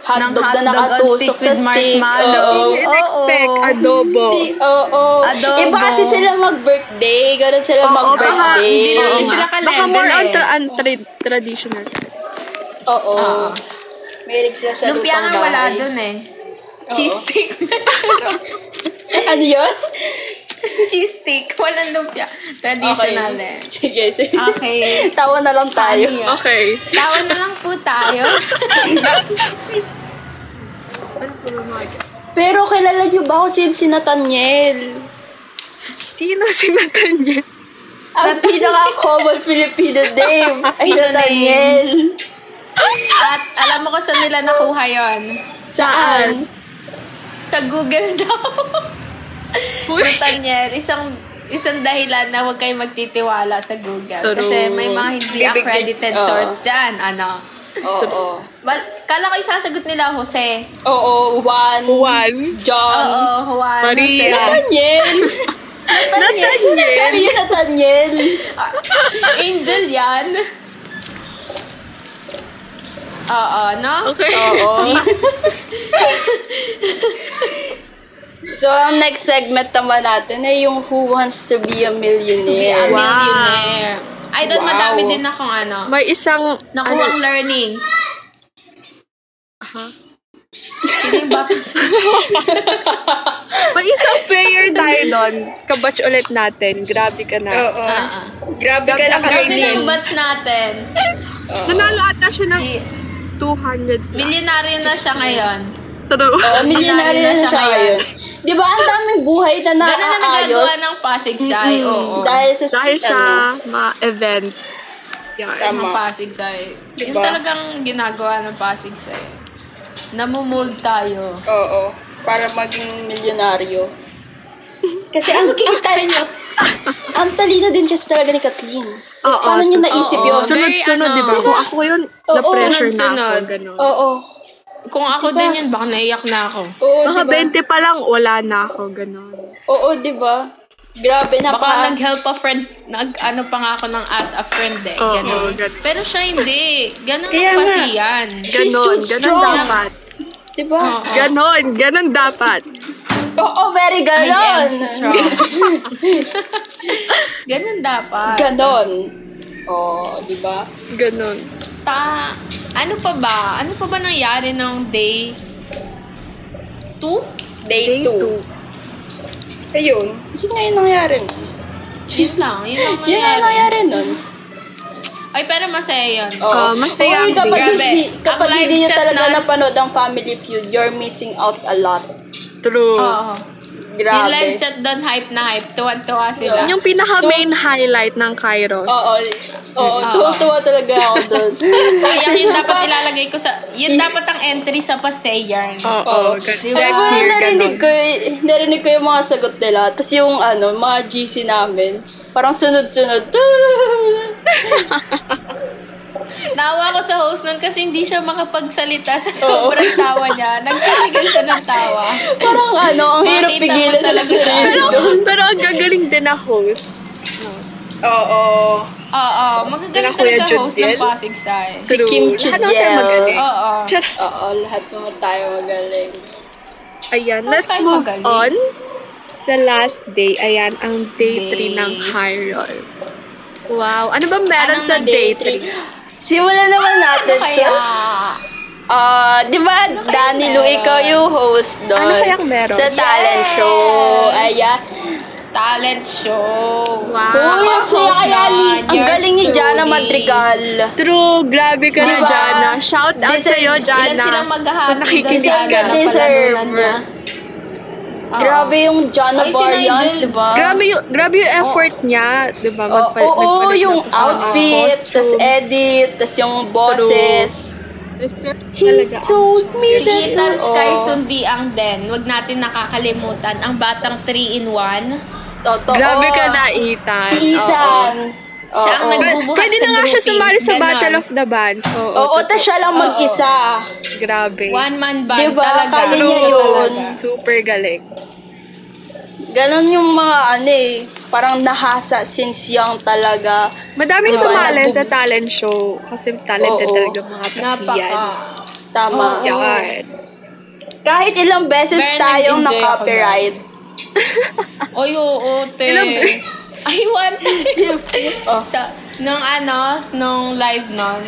Speaker 2: ng
Speaker 3: Hotdog
Speaker 2: hotdog
Speaker 3: na
Speaker 2: on
Speaker 3: nakatusok
Speaker 2: stick
Speaker 3: sa
Speaker 2: with
Speaker 3: stick.
Speaker 2: marshmallow.
Speaker 3: Oo.
Speaker 1: You expect
Speaker 2: Oo.
Speaker 1: adobo.
Speaker 3: Hindi, Oo.
Speaker 2: Adobo.
Speaker 3: Iba kasi sila mag-birthday. Ganun sila
Speaker 1: Oo, baka
Speaker 3: mag-birthday.
Speaker 2: hindi namin
Speaker 3: Oo nga.
Speaker 2: sila ka-level
Speaker 1: Baka more on
Speaker 2: eh.
Speaker 1: tra- an- tra- traditional.
Speaker 3: Oo. Mahilig sila sa
Speaker 2: Lumpia
Speaker 3: lutang
Speaker 2: nga
Speaker 3: bahay.
Speaker 2: wala dun eh.
Speaker 3: Oo.
Speaker 2: Cheese stick.
Speaker 3: Ano yun?
Speaker 2: Cheese stick. Walang lumpia. Traditional eh.
Speaker 3: Okay. Sige, sige.
Speaker 2: Okay.
Speaker 3: Tawa na lang tayo.
Speaker 2: Ano yun?
Speaker 1: Okay.
Speaker 2: Tawa na lang po tayo.
Speaker 3: Pero kilala niyo ba kung sino si Nathaniel?
Speaker 1: Sino si Nathaniel?
Speaker 3: Ang pinaka-common Filipino name ay
Speaker 2: Filipino
Speaker 3: Nathaniel.
Speaker 2: At alam mo ko saan nila nakuha yon
Speaker 3: Saan?
Speaker 2: Sa Google daw. Nathaniel, isang isang dahilan na huwag kayong magtitiwala sa Google.
Speaker 1: True.
Speaker 2: Kasi may mga hindi
Speaker 3: Bibigyan-
Speaker 2: accredited
Speaker 3: Oo.
Speaker 2: source dyan. Ano?
Speaker 3: Oo.
Speaker 2: Mal- Kala ko isasagot nila, Jose.
Speaker 3: Oo, Juan.
Speaker 1: Juan.
Speaker 3: Um,
Speaker 2: Oo,
Speaker 3: John.
Speaker 2: Juan.
Speaker 1: Maria.
Speaker 2: Jose.
Speaker 3: Nathaniel. Kami
Speaker 1: Nathaniel.
Speaker 3: yung Nathaniel.
Speaker 2: Ah, Angel yan. Oo, no?
Speaker 1: Okay.
Speaker 3: Oo. So, ang next segment naman natin ay yung Who Wants to be
Speaker 2: To be a
Speaker 3: a Millionaire.
Speaker 1: Wow.
Speaker 2: millionaire. Ay, doon
Speaker 3: Wow.
Speaker 2: madami din akong ano.
Speaker 1: May isang... ano,
Speaker 2: Nakuha ang learnings.
Speaker 1: Aha.
Speaker 2: Sino yung bata sa...
Speaker 1: May isang player tayo doon. Kabatch ulit natin. Grabe ka na.
Speaker 3: Oo.
Speaker 2: Ah, ah.
Speaker 3: Grabe ka na
Speaker 2: Grabe ng batch natin.
Speaker 1: Nanalo ata siya ng
Speaker 2: I-
Speaker 1: 200 plus.
Speaker 2: Milyonaryo na siya ngayon.
Speaker 1: True.
Speaker 3: Oo, millionaire na siya ngayon. Di ba, ang daming buhay na
Speaker 2: Ganun na nagagawa
Speaker 3: naaayos.
Speaker 2: ng Pasig Sai. Oo.
Speaker 3: Dahil sa,
Speaker 1: Dahil sa
Speaker 3: ano,
Speaker 1: mga event. Yan.
Speaker 2: ng
Speaker 3: Tama.
Speaker 2: Pasig Sai. Yung
Speaker 3: Diba?
Speaker 2: talagang ginagawa ng Pasig Sai. Namumold tayo.
Speaker 3: Oo. Para maging milyonaryo. Kasi ang, ang, talino, ang talino din kasi talaga ni Kathleen.
Speaker 1: Oo,
Speaker 3: Paano niya naisip
Speaker 2: oo.
Speaker 3: yun?
Speaker 1: Sunod-sunod,
Speaker 2: Very,
Speaker 1: di ba?
Speaker 2: ano,
Speaker 1: Kung ako yun,
Speaker 3: Oo,
Speaker 1: na-pressure na ako.
Speaker 2: sunod-sunod.
Speaker 1: Ganun.
Speaker 3: Oo.
Speaker 2: Kung ako
Speaker 3: Diba?
Speaker 2: din yun, baka naiyak na ako.
Speaker 3: Oo,
Speaker 1: Mga
Speaker 3: diba?
Speaker 1: 20 pa lang, wala na ako. Ganun.
Speaker 3: Oo, diba? Grabe,
Speaker 2: Baka
Speaker 3: napaka...
Speaker 2: nag-help a friend, nag-ano pa nga ako ng as a friend eh.
Speaker 1: Oo,
Speaker 2: ganun.
Speaker 1: ganun.
Speaker 2: Pero siya hindi. Ganun
Speaker 3: Kaya
Speaker 2: pa
Speaker 3: nga.
Speaker 2: siyan.
Speaker 3: She's
Speaker 1: Ganun.
Speaker 3: too
Speaker 1: Ganun
Speaker 3: strong.
Speaker 1: dapat.
Speaker 3: Diba?
Speaker 2: Oo.
Speaker 1: Ganon, ganon dapat.
Speaker 3: Oo, very
Speaker 2: I am
Speaker 3: ganon.
Speaker 2: strong. ganun dapat.
Speaker 3: Ganon. Oo, diba?
Speaker 1: Ganon.
Speaker 2: Ta, ano pa ba? Ano pa ba nangyari ng day 2?
Speaker 1: Day 2.
Speaker 3: Ayun. Yun nga yung nangyari nun.
Speaker 2: Yun lang. Yun lang
Speaker 3: Yun nga yung
Speaker 2: nangyari.
Speaker 3: nangyari nun.
Speaker 2: Ay, pero masaya yun.
Speaker 3: Oo.
Speaker 1: Ah, masaya
Speaker 3: Uy,
Speaker 1: ang
Speaker 3: kapag,
Speaker 2: grabe.
Speaker 3: hindi,
Speaker 2: Ang
Speaker 3: kapag
Speaker 2: live
Speaker 3: hindi nyo
Speaker 2: chat
Speaker 3: talaga
Speaker 2: na-
Speaker 3: napanood ang Family Feud, you're missing out a lot.
Speaker 1: True.
Speaker 3: Ah.
Speaker 2: Oo. Yung live
Speaker 3: Grabe.
Speaker 2: chat doon, hype na hype. Tuwan-tuwa sila.
Speaker 1: Yun yung pinaka-main highlight ng Kairos.
Speaker 3: Oo. Oo,
Speaker 1: Ah.
Speaker 2: Oo.
Speaker 3: tuwa-tuwa talaga ako doon.
Speaker 2: Sayang, yun dapat ilalagay ko sa... Yun dapat ang entry sa Paseyan.
Speaker 1: Oo,
Speaker 3: Oo.
Speaker 1: gan-
Speaker 2: Diba?
Speaker 3: Ay,
Speaker 1: next
Speaker 3: parang
Speaker 1: year, ganon.
Speaker 3: narinig ko, y- narinig ko yung mga sagot nila. Tapos yung ano, mga GC namin, parang sunod-sunod.
Speaker 2: Nawa ko sa host nun kasi hindi siya makapagsalita sa sobrang tawa niya. Nagtaligan siya ng tawa.
Speaker 3: parang ano, ang hirap
Speaker 2: Makita mo
Speaker 3: pigilan na
Speaker 2: talaga siya.
Speaker 1: Pero,
Speaker 3: sarili.
Speaker 1: pero ang gagaling din na host.
Speaker 3: Oo.
Speaker 2: Oo, magagaling
Speaker 1: Sila Kuya
Speaker 2: talaga
Speaker 1: Jude
Speaker 2: host
Speaker 1: din?
Speaker 2: ng Pasig Sai.
Speaker 3: Si Kim
Speaker 1: Lahat naman tayo
Speaker 3: Chidiel.
Speaker 1: magaling.
Speaker 2: Oo.
Speaker 1: Char-
Speaker 3: Oo, lahat naman tayo magaling.
Speaker 1: Ayan,
Speaker 2: Huwag
Speaker 1: let's
Speaker 2: tayo
Speaker 1: move
Speaker 2: magaling.
Speaker 1: on sa last day. Ayan, ang day
Speaker 2: Day.
Speaker 1: 3 ng Chiron. Wow, ano ba meron
Speaker 2: Anong
Speaker 1: sa
Speaker 2: na
Speaker 1: day
Speaker 2: day
Speaker 1: 3?
Speaker 3: Simulan naman natin
Speaker 2: Ano Kaya,
Speaker 3: sa... Ah, di ba, Danilo,
Speaker 2: meron?
Speaker 3: ikaw yung host doon.
Speaker 1: Ano kayang meron?
Speaker 3: Sa talent
Speaker 2: Yes!
Speaker 3: show. Ayan.
Speaker 2: talent show.
Speaker 1: Wow.
Speaker 3: Oh,
Speaker 2: Ah, Ako
Speaker 3: yung saya
Speaker 2: host
Speaker 3: kaya ni...
Speaker 2: nun,
Speaker 3: Ang
Speaker 2: yours
Speaker 3: galing ni Jana
Speaker 2: truly.
Speaker 3: Madrigal.
Speaker 1: True, grabe ka na,
Speaker 3: Diba?
Speaker 1: Jana. Shout out
Speaker 3: Deserve-
Speaker 1: sa'yo, Jana.
Speaker 2: Ilan silang
Speaker 1: Kung
Speaker 2: maghahapon doon
Speaker 1: nakikinig
Speaker 2: sa
Speaker 1: ka.
Speaker 2: ano,
Speaker 3: Deserve.
Speaker 2: napalanunan niya. Oo.
Speaker 3: Ah. Grabe yung Jana
Speaker 2: Ay, si
Speaker 3: Barrios,
Speaker 2: Nigel.
Speaker 3: di ba?
Speaker 1: Grabe yung, grabe yung effort niya, di ba?
Speaker 3: Oo,
Speaker 1: Magpa-
Speaker 3: oo,
Speaker 1: nagpalit na
Speaker 3: yung
Speaker 1: pa siya.
Speaker 3: outfit, tas
Speaker 1: Costumes.
Speaker 3: edit, tas yung boses.
Speaker 1: Deserve
Speaker 3: He
Speaker 1: talaga.
Speaker 3: told
Speaker 1: ang-
Speaker 3: me
Speaker 2: Si
Speaker 3: that...
Speaker 2: Ethan
Speaker 3: Oo.
Speaker 2: Sky Sundiang din. Huwag natin nakakalimutan. Ang batang 3 in 1.
Speaker 3: Totoo.
Speaker 1: Grabe ka na, Ethan.
Speaker 3: oh.
Speaker 1: Oo.
Speaker 3: Si Ethan.
Speaker 2: Siya ang
Speaker 3: Oo.
Speaker 2: nag-
Speaker 1: Pwede-
Speaker 2: Bubuhat
Speaker 1: Pwede
Speaker 2: sa
Speaker 1: na nga siya
Speaker 2: groupings,
Speaker 1: sumali sa
Speaker 2: ganon.
Speaker 1: Battle of the Bands. Oo,
Speaker 3: Oo,
Speaker 1: totoo.
Speaker 3: tas siya lang mag-isa.
Speaker 1: Grabe.
Speaker 2: One man band
Speaker 3: Diba?
Speaker 2: talaga.
Speaker 3: Kaya niya yun.
Speaker 1: Super galing.
Speaker 3: Ganon yung mga ano eh, parang nahasa since young talaga.
Speaker 1: Madaming
Speaker 3: Diba?
Speaker 1: sumali sa talent show kasi talented
Speaker 3: Oo.
Speaker 1: talaga mga pasiyan.
Speaker 2: Napaka.
Speaker 3: Tama.
Speaker 2: Oo.
Speaker 1: Yan.
Speaker 3: Kahit ilang beses
Speaker 2: Very nag-enjoy
Speaker 3: tayong
Speaker 2: ako
Speaker 3: na-copyright.
Speaker 2: Oy, oo, te.
Speaker 1: Ilang beses?
Speaker 2: Ay, one time.
Speaker 3: Oh.
Speaker 2: sa, nung ano, nung live nun,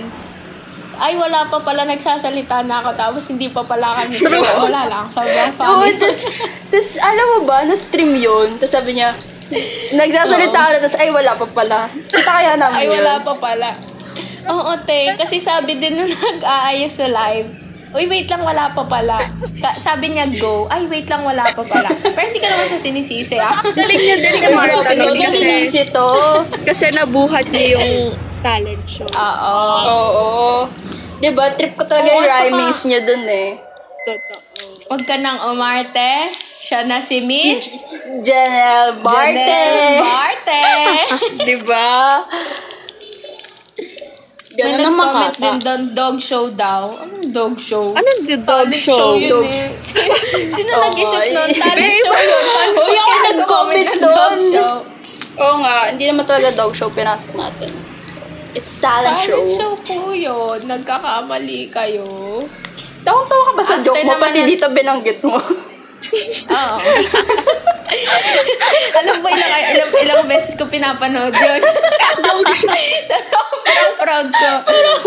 Speaker 2: ay, wala pa pala nagsasalita na ako. Tapos, hindi pa pala kami. Wala lang. Sobrang
Speaker 3: Oo,
Speaker 2: funny.
Speaker 3: tas, tas alam mo ba, na-stream yun. Tas sabi niya, nagsasalita ako na, tas ay wala pa pala. Kita kaya namin
Speaker 2: Ay,
Speaker 3: yun.
Speaker 2: wala pa pala. Oo, te. Kasi sabi din nung nag-aayos sa live, Uy, wait lang, wala pa pala. Ka- sabi niya, go. Ay, wait lang, wala pa pala. Pero hindi ka naman sa sinisisi, ah.
Speaker 1: Galing niya din ni
Speaker 3: Ay,
Speaker 1: Martha
Speaker 3: kasi
Speaker 1: nun
Speaker 3: kasi
Speaker 1: kasi,
Speaker 3: naisip to.
Speaker 1: kasi nabuhat niya yung talent show.
Speaker 2: Oo.
Speaker 3: Oo. Diba, trip ko talaga
Speaker 2: Oo,
Speaker 3: yung
Speaker 2: at saka-
Speaker 3: rhymings niya dun eh.
Speaker 1: Totoo.
Speaker 2: Huwag ka nang umarte. Siya na si Miss
Speaker 3: Janelle
Speaker 2: Janelle
Speaker 3: Barte.
Speaker 2: Barte.
Speaker 3: diba?
Speaker 2: May
Speaker 3: Ganun naman
Speaker 2: nag-comment
Speaker 3: kata.
Speaker 2: din doon, dog show daw. Anong dog show?
Speaker 1: Ano the dog
Speaker 2: Talent
Speaker 1: show?
Speaker 2: yun
Speaker 1: Dog
Speaker 2: eh. Sino, sino
Speaker 3: Oo,
Speaker 2: nag-isip nun?
Speaker 3: eh.
Speaker 2: Talent show yun.
Speaker 3: Uy, ako
Speaker 2: Bakit
Speaker 3: nag-comment
Speaker 2: ng dog
Speaker 3: doon.
Speaker 2: show?
Speaker 3: Oo nga, hindi naman talaga dog show pinasok natin. It's
Speaker 2: Talent
Speaker 3: talent, show.
Speaker 2: show. po yun. Nagkakamali kayo.
Speaker 3: Tawang-tawa ka ba sa
Speaker 2: After
Speaker 3: joke mo?
Speaker 2: naman
Speaker 3: Pati
Speaker 2: nun-
Speaker 3: dito binanggit mo. Ah.
Speaker 2: Oo. alam mo, ilang, ilang, ilang beses ko pinapanood yun.
Speaker 1: show.
Speaker 2: So, Sobrang proud ko.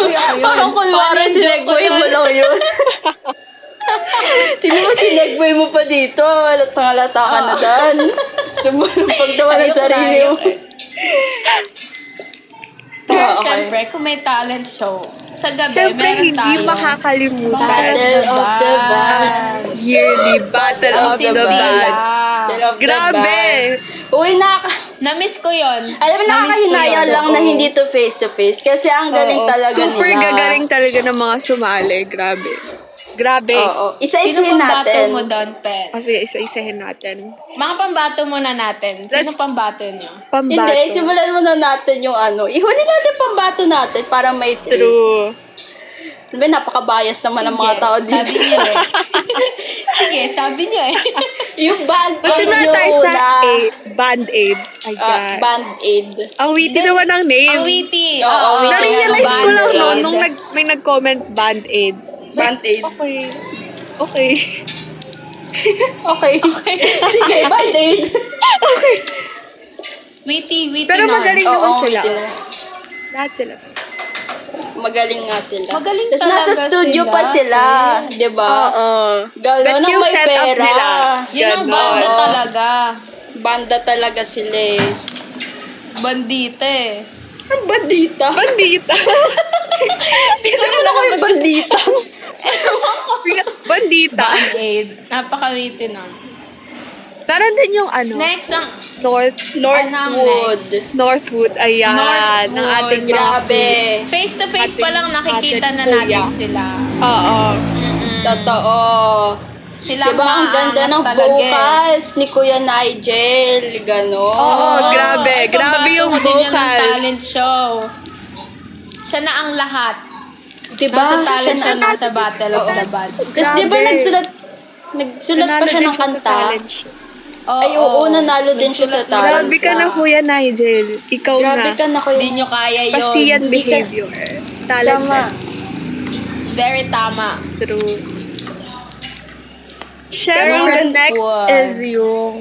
Speaker 2: Uy, ako yun.
Speaker 3: Parang kunwari eh,
Speaker 2: Funny joke ko
Speaker 3: sinegway
Speaker 2: yun.
Speaker 3: mo lang yun. Tingnan mo sinegway mo pa dito. Halatang halata ka na dan. Gusto mo nang pagdawa ng
Speaker 2: Ah. Ayoko na,
Speaker 3: sarili mo.
Speaker 2: ayoko. Pero
Speaker 3: Oo, okay.
Speaker 2: syempre, kung may talent show, sa gabi,
Speaker 1: Siyempre,
Speaker 2: meron
Speaker 1: hindi
Speaker 2: tayo.
Speaker 1: makakalimutan
Speaker 3: Battle of the
Speaker 1: ang
Speaker 3: Bands.
Speaker 1: yearly Battle of
Speaker 3: of
Speaker 1: the
Speaker 3: the
Speaker 1: Bands.
Speaker 2: Ah.
Speaker 3: Battle Oh, of the
Speaker 1: Grabe!
Speaker 3: Bands. Uy, nakaka...
Speaker 2: Na-miss ko yun.
Speaker 3: Alam
Speaker 2: Na-miss ko
Speaker 3: mo, nakakahinaya
Speaker 2: yun.
Speaker 3: lang na hindi to face-to-face. Kasi ang galing
Speaker 1: Oo,
Speaker 3: talaga
Speaker 1: Super
Speaker 3: nila.
Speaker 1: gagaling talaga ng mga sumali. Grabe. Grabe.
Speaker 3: Oo.
Speaker 2: Sino
Speaker 3: Isa-isahin
Speaker 2: pambato
Speaker 3: natin.
Speaker 2: mo doon, Pen?
Speaker 1: Kasi isa-isahin natin.
Speaker 2: Mga pambato muna natin. Sino
Speaker 1: Let's-
Speaker 2: pambato niyo?
Speaker 1: Pambato.
Speaker 3: Hindi, simulan muna natin yung ano. Ihuli natin pambato natin para may true.
Speaker 1: True.
Speaker 3: Alam mo, napaka-bias naman ng mga
Speaker 2: Sige,
Speaker 3: tao dito.
Speaker 2: Sabi niyo eh. Sige, sabi niyo eh.
Speaker 3: yung band
Speaker 1: Kasi
Speaker 3: aid
Speaker 1: na
Speaker 3: yung
Speaker 1: tayo sa Oh
Speaker 3: una.
Speaker 1: aid. Band-aid.
Speaker 3: Ah,
Speaker 1: Ayan.
Speaker 3: band aid.
Speaker 1: Ang witty naman ang name.
Speaker 2: Ang witty.
Speaker 3: Oo,
Speaker 2: Oo,
Speaker 3: witty.
Speaker 1: Na-realize ko lang noon
Speaker 2: Band-aid.
Speaker 1: nung nag, may nag-comment band-aid.
Speaker 3: Band aid.
Speaker 1: Okay. Okay.
Speaker 3: Okay. Sige, band aid.
Speaker 2: Witty, witty
Speaker 1: Pero
Speaker 2: nun.
Speaker 1: magaling
Speaker 3: Oo,
Speaker 1: naman sila.
Speaker 3: sila.
Speaker 1: Lahat sila.
Speaker 3: Magaling nga sila.
Speaker 2: Magaling
Speaker 3: Tapos
Speaker 2: talaga
Speaker 3: nasa studio
Speaker 2: sila.
Speaker 3: pa sila.
Speaker 2: Ayun.
Speaker 3: Di ba?
Speaker 1: Oo.
Speaker 3: Gano'n
Speaker 1: Bet
Speaker 3: ang
Speaker 1: yung
Speaker 3: may
Speaker 1: setup
Speaker 3: pera.
Speaker 1: nila.
Speaker 2: Yun ang
Speaker 1: Ganon.
Speaker 2: banda talaga.
Speaker 3: Banda talaga sila eh.
Speaker 2: Bandite.
Speaker 3: Ang bandita.
Speaker 1: Bandita.
Speaker 3: Dito mo na ko yung bandita.
Speaker 1: Bandita.
Speaker 2: Band-aid. Napaka-witty nun.
Speaker 1: Meron din yung ano,
Speaker 2: Next, ang
Speaker 1: North,
Speaker 3: Northwood.
Speaker 1: Northwood, ayan,
Speaker 2: Northwood.
Speaker 1: ng ating mga
Speaker 3: Grabe.
Speaker 2: face-to-face
Speaker 1: Ating-
Speaker 2: pa lang nakikita
Speaker 1: ating
Speaker 2: na
Speaker 1: kuya.
Speaker 2: natin sila.
Speaker 1: Oo.
Speaker 3: Totoo.
Speaker 2: Sila eh.
Speaker 3: Diba ang ganda ng vocals ni Kuya Nigel? Gano'n.
Speaker 1: Oo, grabe. Grabe yung vocals.
Speaker 2: Ng talent show. Siya na ang lahat.
Speaker 3: Diba?
Speaker 2: Nasa
Speaker 3: Siya
Speaker 2: talent
Speaker 3: na-
Speaker 2: show, nasa battle of
Speaker 3: Oo.
Speaker 2: the bands.
Speaker 3: Tapos di ba
Speaker 1: Grabe.
Speaker 3: nagsulat, nagsulat pa
Speaker 1: Nanalo
Speaker 3: siya
Speaker 1: din
Speaker 3: ng
Speaker 1: sa
Speaker 3: kanta?
Speaker 1: talent show.
Speaker 2: Oo,
Speaker 3: Ay, oo, nanalo din siya sa
Speaker 2: Nagsulat
Speaker 3: talent.
Speaker 1: Grabe ka na, Kuya Nigel. Ikaw
Speaker 3: Grabe
Speaker 1: na.
Speaker 3: ka na
Speaker 2: Hindi
Speaker 3: Kuya.
Speaker 2: nyo kaya yun.
Speaker 1: Pasiyan
Speaker 3: Hindi ka-
Speaker 1: behavior. Talent.
Speaker 3: Tama.
Speaker 2: Very tama.
Speaker 1: True. Siyempre,
Speaker 3: Round
Speaker 1: the next
Speaker 3: one.
Speaker 1: is yung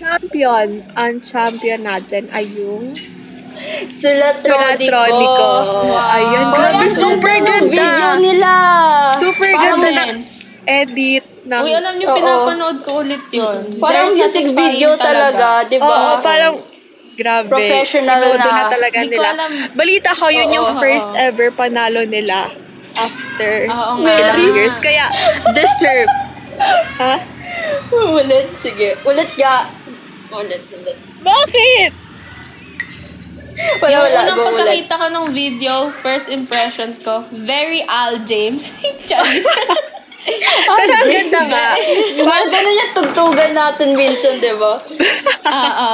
Speaker 1: champion. Ang champion natin ay yung Sulatronico.
Speaker 3: Sulatronico.
Speaker 1: Ayun, grabe,
Speaker 2: Parang
Speaker 1: super
Speaker 3: Ang ganda ng video
Speaker 1: ganda.
Speaker 3: nila.
Speaker 1: Super
Speaker 2: Parang
Speaker 1: ganda
Speaker 2: yun.
Speaker 1: ng edit ng...
Speaker 2: Uy, alam niyo,
Speaker 3: Oo.
Speaker 2: pinapanood ko ulit yun.
Speaker 3: Parang
Speaker 2: Very
Speaker 3: music
Speaker 2: satisfying
Speaker 3: video talaga, diba? di
Speaker 1: Oo,
Speaker 3: ba?
Speaker 1: parang grabe.
Speaker 3: Professional
Speaker 1: Pinudo na.
Speaker 3: na.
Speaker 1: talaga
Speaker 2: Hindi ko
Speaker 1: nila.
Speaker 2: alam.
Speaker 1: Balita ko, yun
Speaker 2: Oo,
Speaker 1: yung
Speaker 2: oo.
Speaker 1: first ever panalo nila after
Speaker 2: Oo nga.
Speaker 1: ilang years. Kaya, deserve. ha?
Speaker 3: Ulit, sige. Ulit ga. Ulit, ulit.
Speaker 1: Bakit?
Speaker 3: Wala,
Speaker 2: Yung
Speaker 3: wala,
Speaker 2: unang
Speaker 3: go ulit.
Speaker 2: pagkakita ko ng video, first impression ko, very Al James. Chavis.
Speaker 1: Pero ang ganda nga.
Speaker 3: Parang ganun yung tugtugan natin minsan, di ba?
Speaker 2: Oo.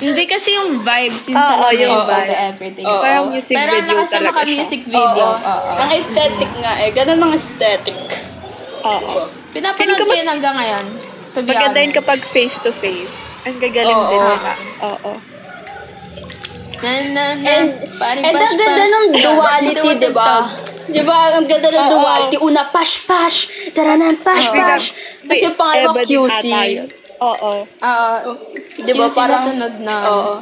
Speaker 2: Hindi kasi yung vibes, yun
Speaker 1: Oo,
Speaker 2: sa
Speaker 1: yung
Speaker 2: yung
Speaker 1: vibe.
Speaker 2: everything.
Speaker 3: Oo.
Speaker 1: Parang music
Speaker 2: Pero ang
Speaker 1: video
Speaker 2: lakas na
Speaker 1: talaga siya.
Speaker 2: maka-music video.
Speaker 3: Oo, oo, oo. Ang aesthetic nga eh. Ganun ang aesthetic.
Speaker 1: Oo. Feeling
Speaker 2: Pinapanood
Speaker 1: ko
Speaker 2: ko
Speaker 1: mas-
Speaker 2: yun hanggang ngayon. To be
Speaker 1: Maganda yun
Speaker 2: honest.
Speaker 1: kapag face-to-face. Ang gagaling
Speaker 3: Oo.
Speaker 1: din nila. Oo.
Speaker 2: Na, na, na.
Speaker 3: And-
Speaker 2: Pari,
Speaker 3: And Eh, ang
Speaker 2: pash,
Speaker 3: ganda
Speaker 2: pash.
Speaker 3: ng duality,
Speaker 2: Tugtog,
Speaker 3: diba? di ba?
Speaker 2: tugtog.
Speaker 3: Di ba? Ang ganda ng
Speaker 2: Oo.
Speaker 3: duality. Una, pash-pash. Taranan, pash-pash. Tapos yung pangalawa,
Speaker 1: Eva din
Speaker 3: QC.
Speaker 1: ata yun. Oo.
Speaker 2: Oo.
Speaker 3: Di ba parang...
Speaker 2: sunod na.
Speaker 3: Oo.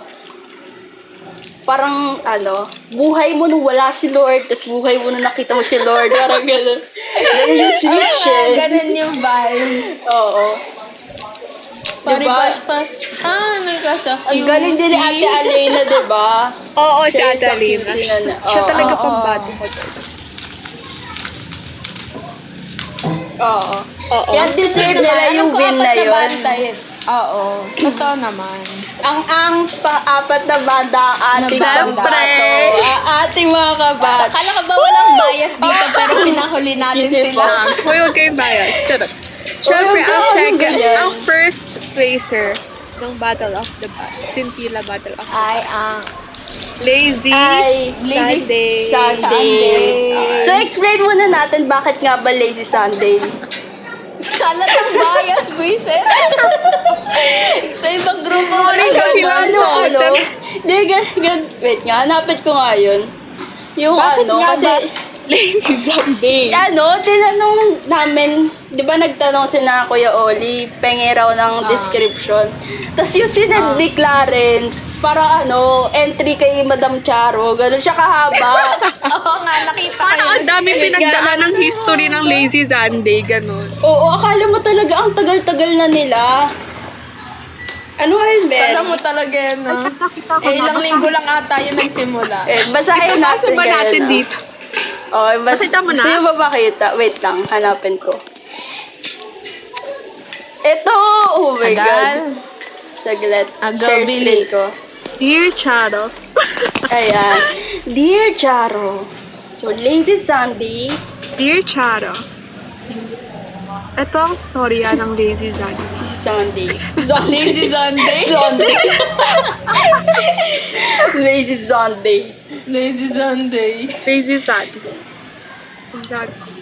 Speaker 3: Parang, ano, buhay mo nung wala si Lord, tapos buhay mo nung nakita mo si Lord. Parang ganun. Ganun yung
Speaker 2: Ah,
Speaker 3: switch eh.
Speaker 2: ganun yung vibes.
Speaker 3: Oo.
Speaker 2: Pari,
Speaker 3: Diba?
Speaker 2: pash, pash. Ah, nagkasa
Speaker 3: Ang galing din ni Ate Alena, di ba?
Speaker 1: Oo, si
Speaker 3: Siya yung sa
Speaker 1: Adeline.
Speaker 3: QC na na-
Speaker 1: Siya
Speaker 3: oo,
Speaker 1: talaga
Speaker 2: oo.
Speaker 1: pambati ko doon.
Speaker 3: Oo.
Speaker 1: Oo.
Speaker 3: Kaya deserve nila yung win
Speaker 2: Alam
Speaker 3: na
Speaker 2: ko apat
Speaker 3: yun.
Speaker 2: na banta yun. Oo. Totoo naman.
Speaker 3: Ang ang pang-apat na banda ang ating
Speaker 2: Na banda.
Speaker 3: pambato. Ang ating mga kabat.
Speaker 2: Akala ka ba walang bias dito pero pinahuli natin
Speaker 3: Sisip
Speaker 2: sila.
Speaker 3: lang.
Speaker 1: Hoy, huwag kayong bias. Charot. Siyempre,
Speaker 3: Huwag
Speaker 1: ang
Speaker 3: kang
Speaker 1: second,
Speaker 3: ganyan.
Speaker 1: ang first placer ng Battle of the Bat, Sintila Battle of
Speaker 2: Ay, ang...
Speaker 1: Lazy
Speaker 3: Ay,
Speaker 2: Lazy
Speaker 1: Sunday.
Speaker 3: Sunday. So, explain muna natin bakit nga ba Lazy Sunday.
Speaker 2: Kalat ng bias, buisit. Sa ibang grupo,
Speaker 1: Sorry,
Speaker 2: walang
Speaker 1: Camila.
Speaker 2: ganun.
Speaker 3: ano,
Speaker 1: Oo,
Speaker 3: ano?
Speaker 1: charot.
Speaker 3: Hindi, gan, gan, wait nga, hanapin ko nga yun. Yung
Speaker 1: Bakit
Speaker 3: ano,
Speaker 1: nga
Speaker 3: kasi,
Speaker 1: ba Lazy Sunday.
Speaker 3: ano, tinanong namin, di ba nagtanong si na Kuya Oli, pengi raw
Speaker 1: Ah.
Speaker 3: ng description. Tapos yung sinad ni Clarence, para ano, entry kay Madam Charo, ganun siya kahaba.
Speaker 2: Oo nga, nakita ko
Speaker 1: Parang
Speaker 2: yun.
Speaker 1: ang daming pinagdaan ng history ng Lazy Sunday, ganun.
Speaker 3: Oo, akala mo talaga ang tagal-tagal na nila. Ano nga yun, Ben?
Speaker 2: Kala mo talaga yun, no? Eh, ilang linggo lang ata yun nagsimula.
Speaker 3: Eh, basahin
Speaker 1: Ipapasa
Speaker 3: natin.
Speaker 1: ba
Speaker 3: ganun,
Speaker 1: natin
Speaker 3: ah.
Speaker 1: dito?
Speaker 3: Oo, oh, bas-
Speaker 1: Nakita mo na?
Speaker 3: Sino ba makita? Wait lang, hanapin ko. Ito! Oh my God.
Speaker 2: Tagal.
Speaker 3: Saglit.
Speaker 2: Agaw,
Speaker 3: Share
Speaker 2: Billy.
Speaker 3: screen ko.
Speaker 1: Dear Charo.
Speaker 3: Ayan. Dear Jaro, so lazy Sunday,
Speaker 1: Dear Charo. Ito ang storya ng Lazy Sunday.
Speaker 3: lazy Sunday.
Speaker 2: Lazy Sunday.
Speaker 3: Sunday. lazy Sunday.
Speaker 2: Lazy Sunday.
Speaker 1: Lazy Sunday. Sunday.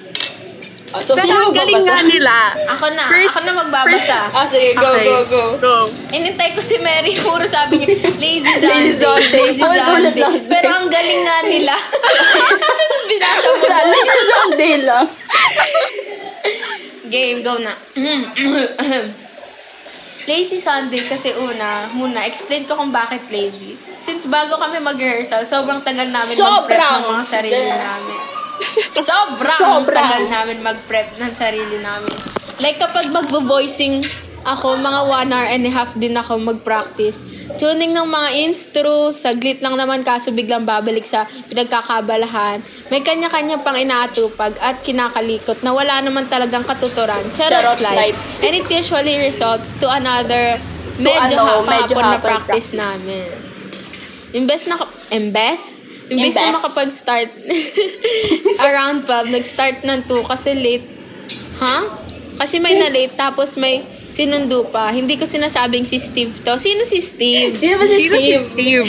Speaker 3: Ah, so,
Speaker 1: Pero
Speaker 3: sino
Speaker 1: ang galing nga
Speaker 3: magbabasa?
Speaker 1: nila.
Speaker 2: Ako na.
Speaker 1: First-
Speaker 2: ako na magbabasa.
Speaker 3: Ah, sige, go,
Speaker 1: Okay.
Speaker 3: go, go.
Speaker 1: Go.
Speaker 2: Inintay ko si Mary, puro sabi niya, lazy Sunday,
Speaker 3: Lazy Sunday.
Speaker 2: lazy
Speaker 3: Ulit, ulit
Speaker 2: Sunday.
Speaker 3: lang.
Speaker 2: Pero ang galing nga nila. Kasi nung binasa mo
Speaker 3: Wala, lazy Sunday lang.
Speaker 2: Game, go na. lazy Sunday kasi una, muna, explain ko kung bakit lazy. Since bago kami mag-rehearsal, sobrang tagal namin mag-prep
Speaker 3: Sobrang.
Speaker 2: ng mga sarili namin. Sobrang,
Speaker 3: Sobrang.
Speaker 2: tagal namin mag-prep ng sarili namin. Like kapag magvo-voicing ako, mga one hour and a half din ako mag-practice. Tuning ng mga instro, saglit lang naman kaso biglang babalik sa pinagkakabalahan. May kanya-kanya pang inaatupag at kinakalikot na wala naman talagang katuturan. Charot,
Speaker 3: Charot
Speaker 2: slide.
Speaker 3: slide.
Speaker 2: And it usually results to another
Speaker 3: To
Speaker 2: medyo
Speaker 3: ano,
Speaker 2: hapon
Speaker 3: medyo
Speaker 2: na
Speaker 3: hapon
Speaker 2: practice,
Speaker 3: practice.
Speaker 2: namin. Imbes na, imbes? Imbes na
Speaker 3: Imbes.
Speaker 2: makapag-start around 12, nag-start ng 2 kasi late. Ha? Kasi may na-late tapos may sinundo pa. Hindi ko sinasabing si Steve to. Sino si Steve?
Speaker 3: Sino ba si
Speaker 1: Sino si
Speaker 3: Steve?
Speaker 1: Steve?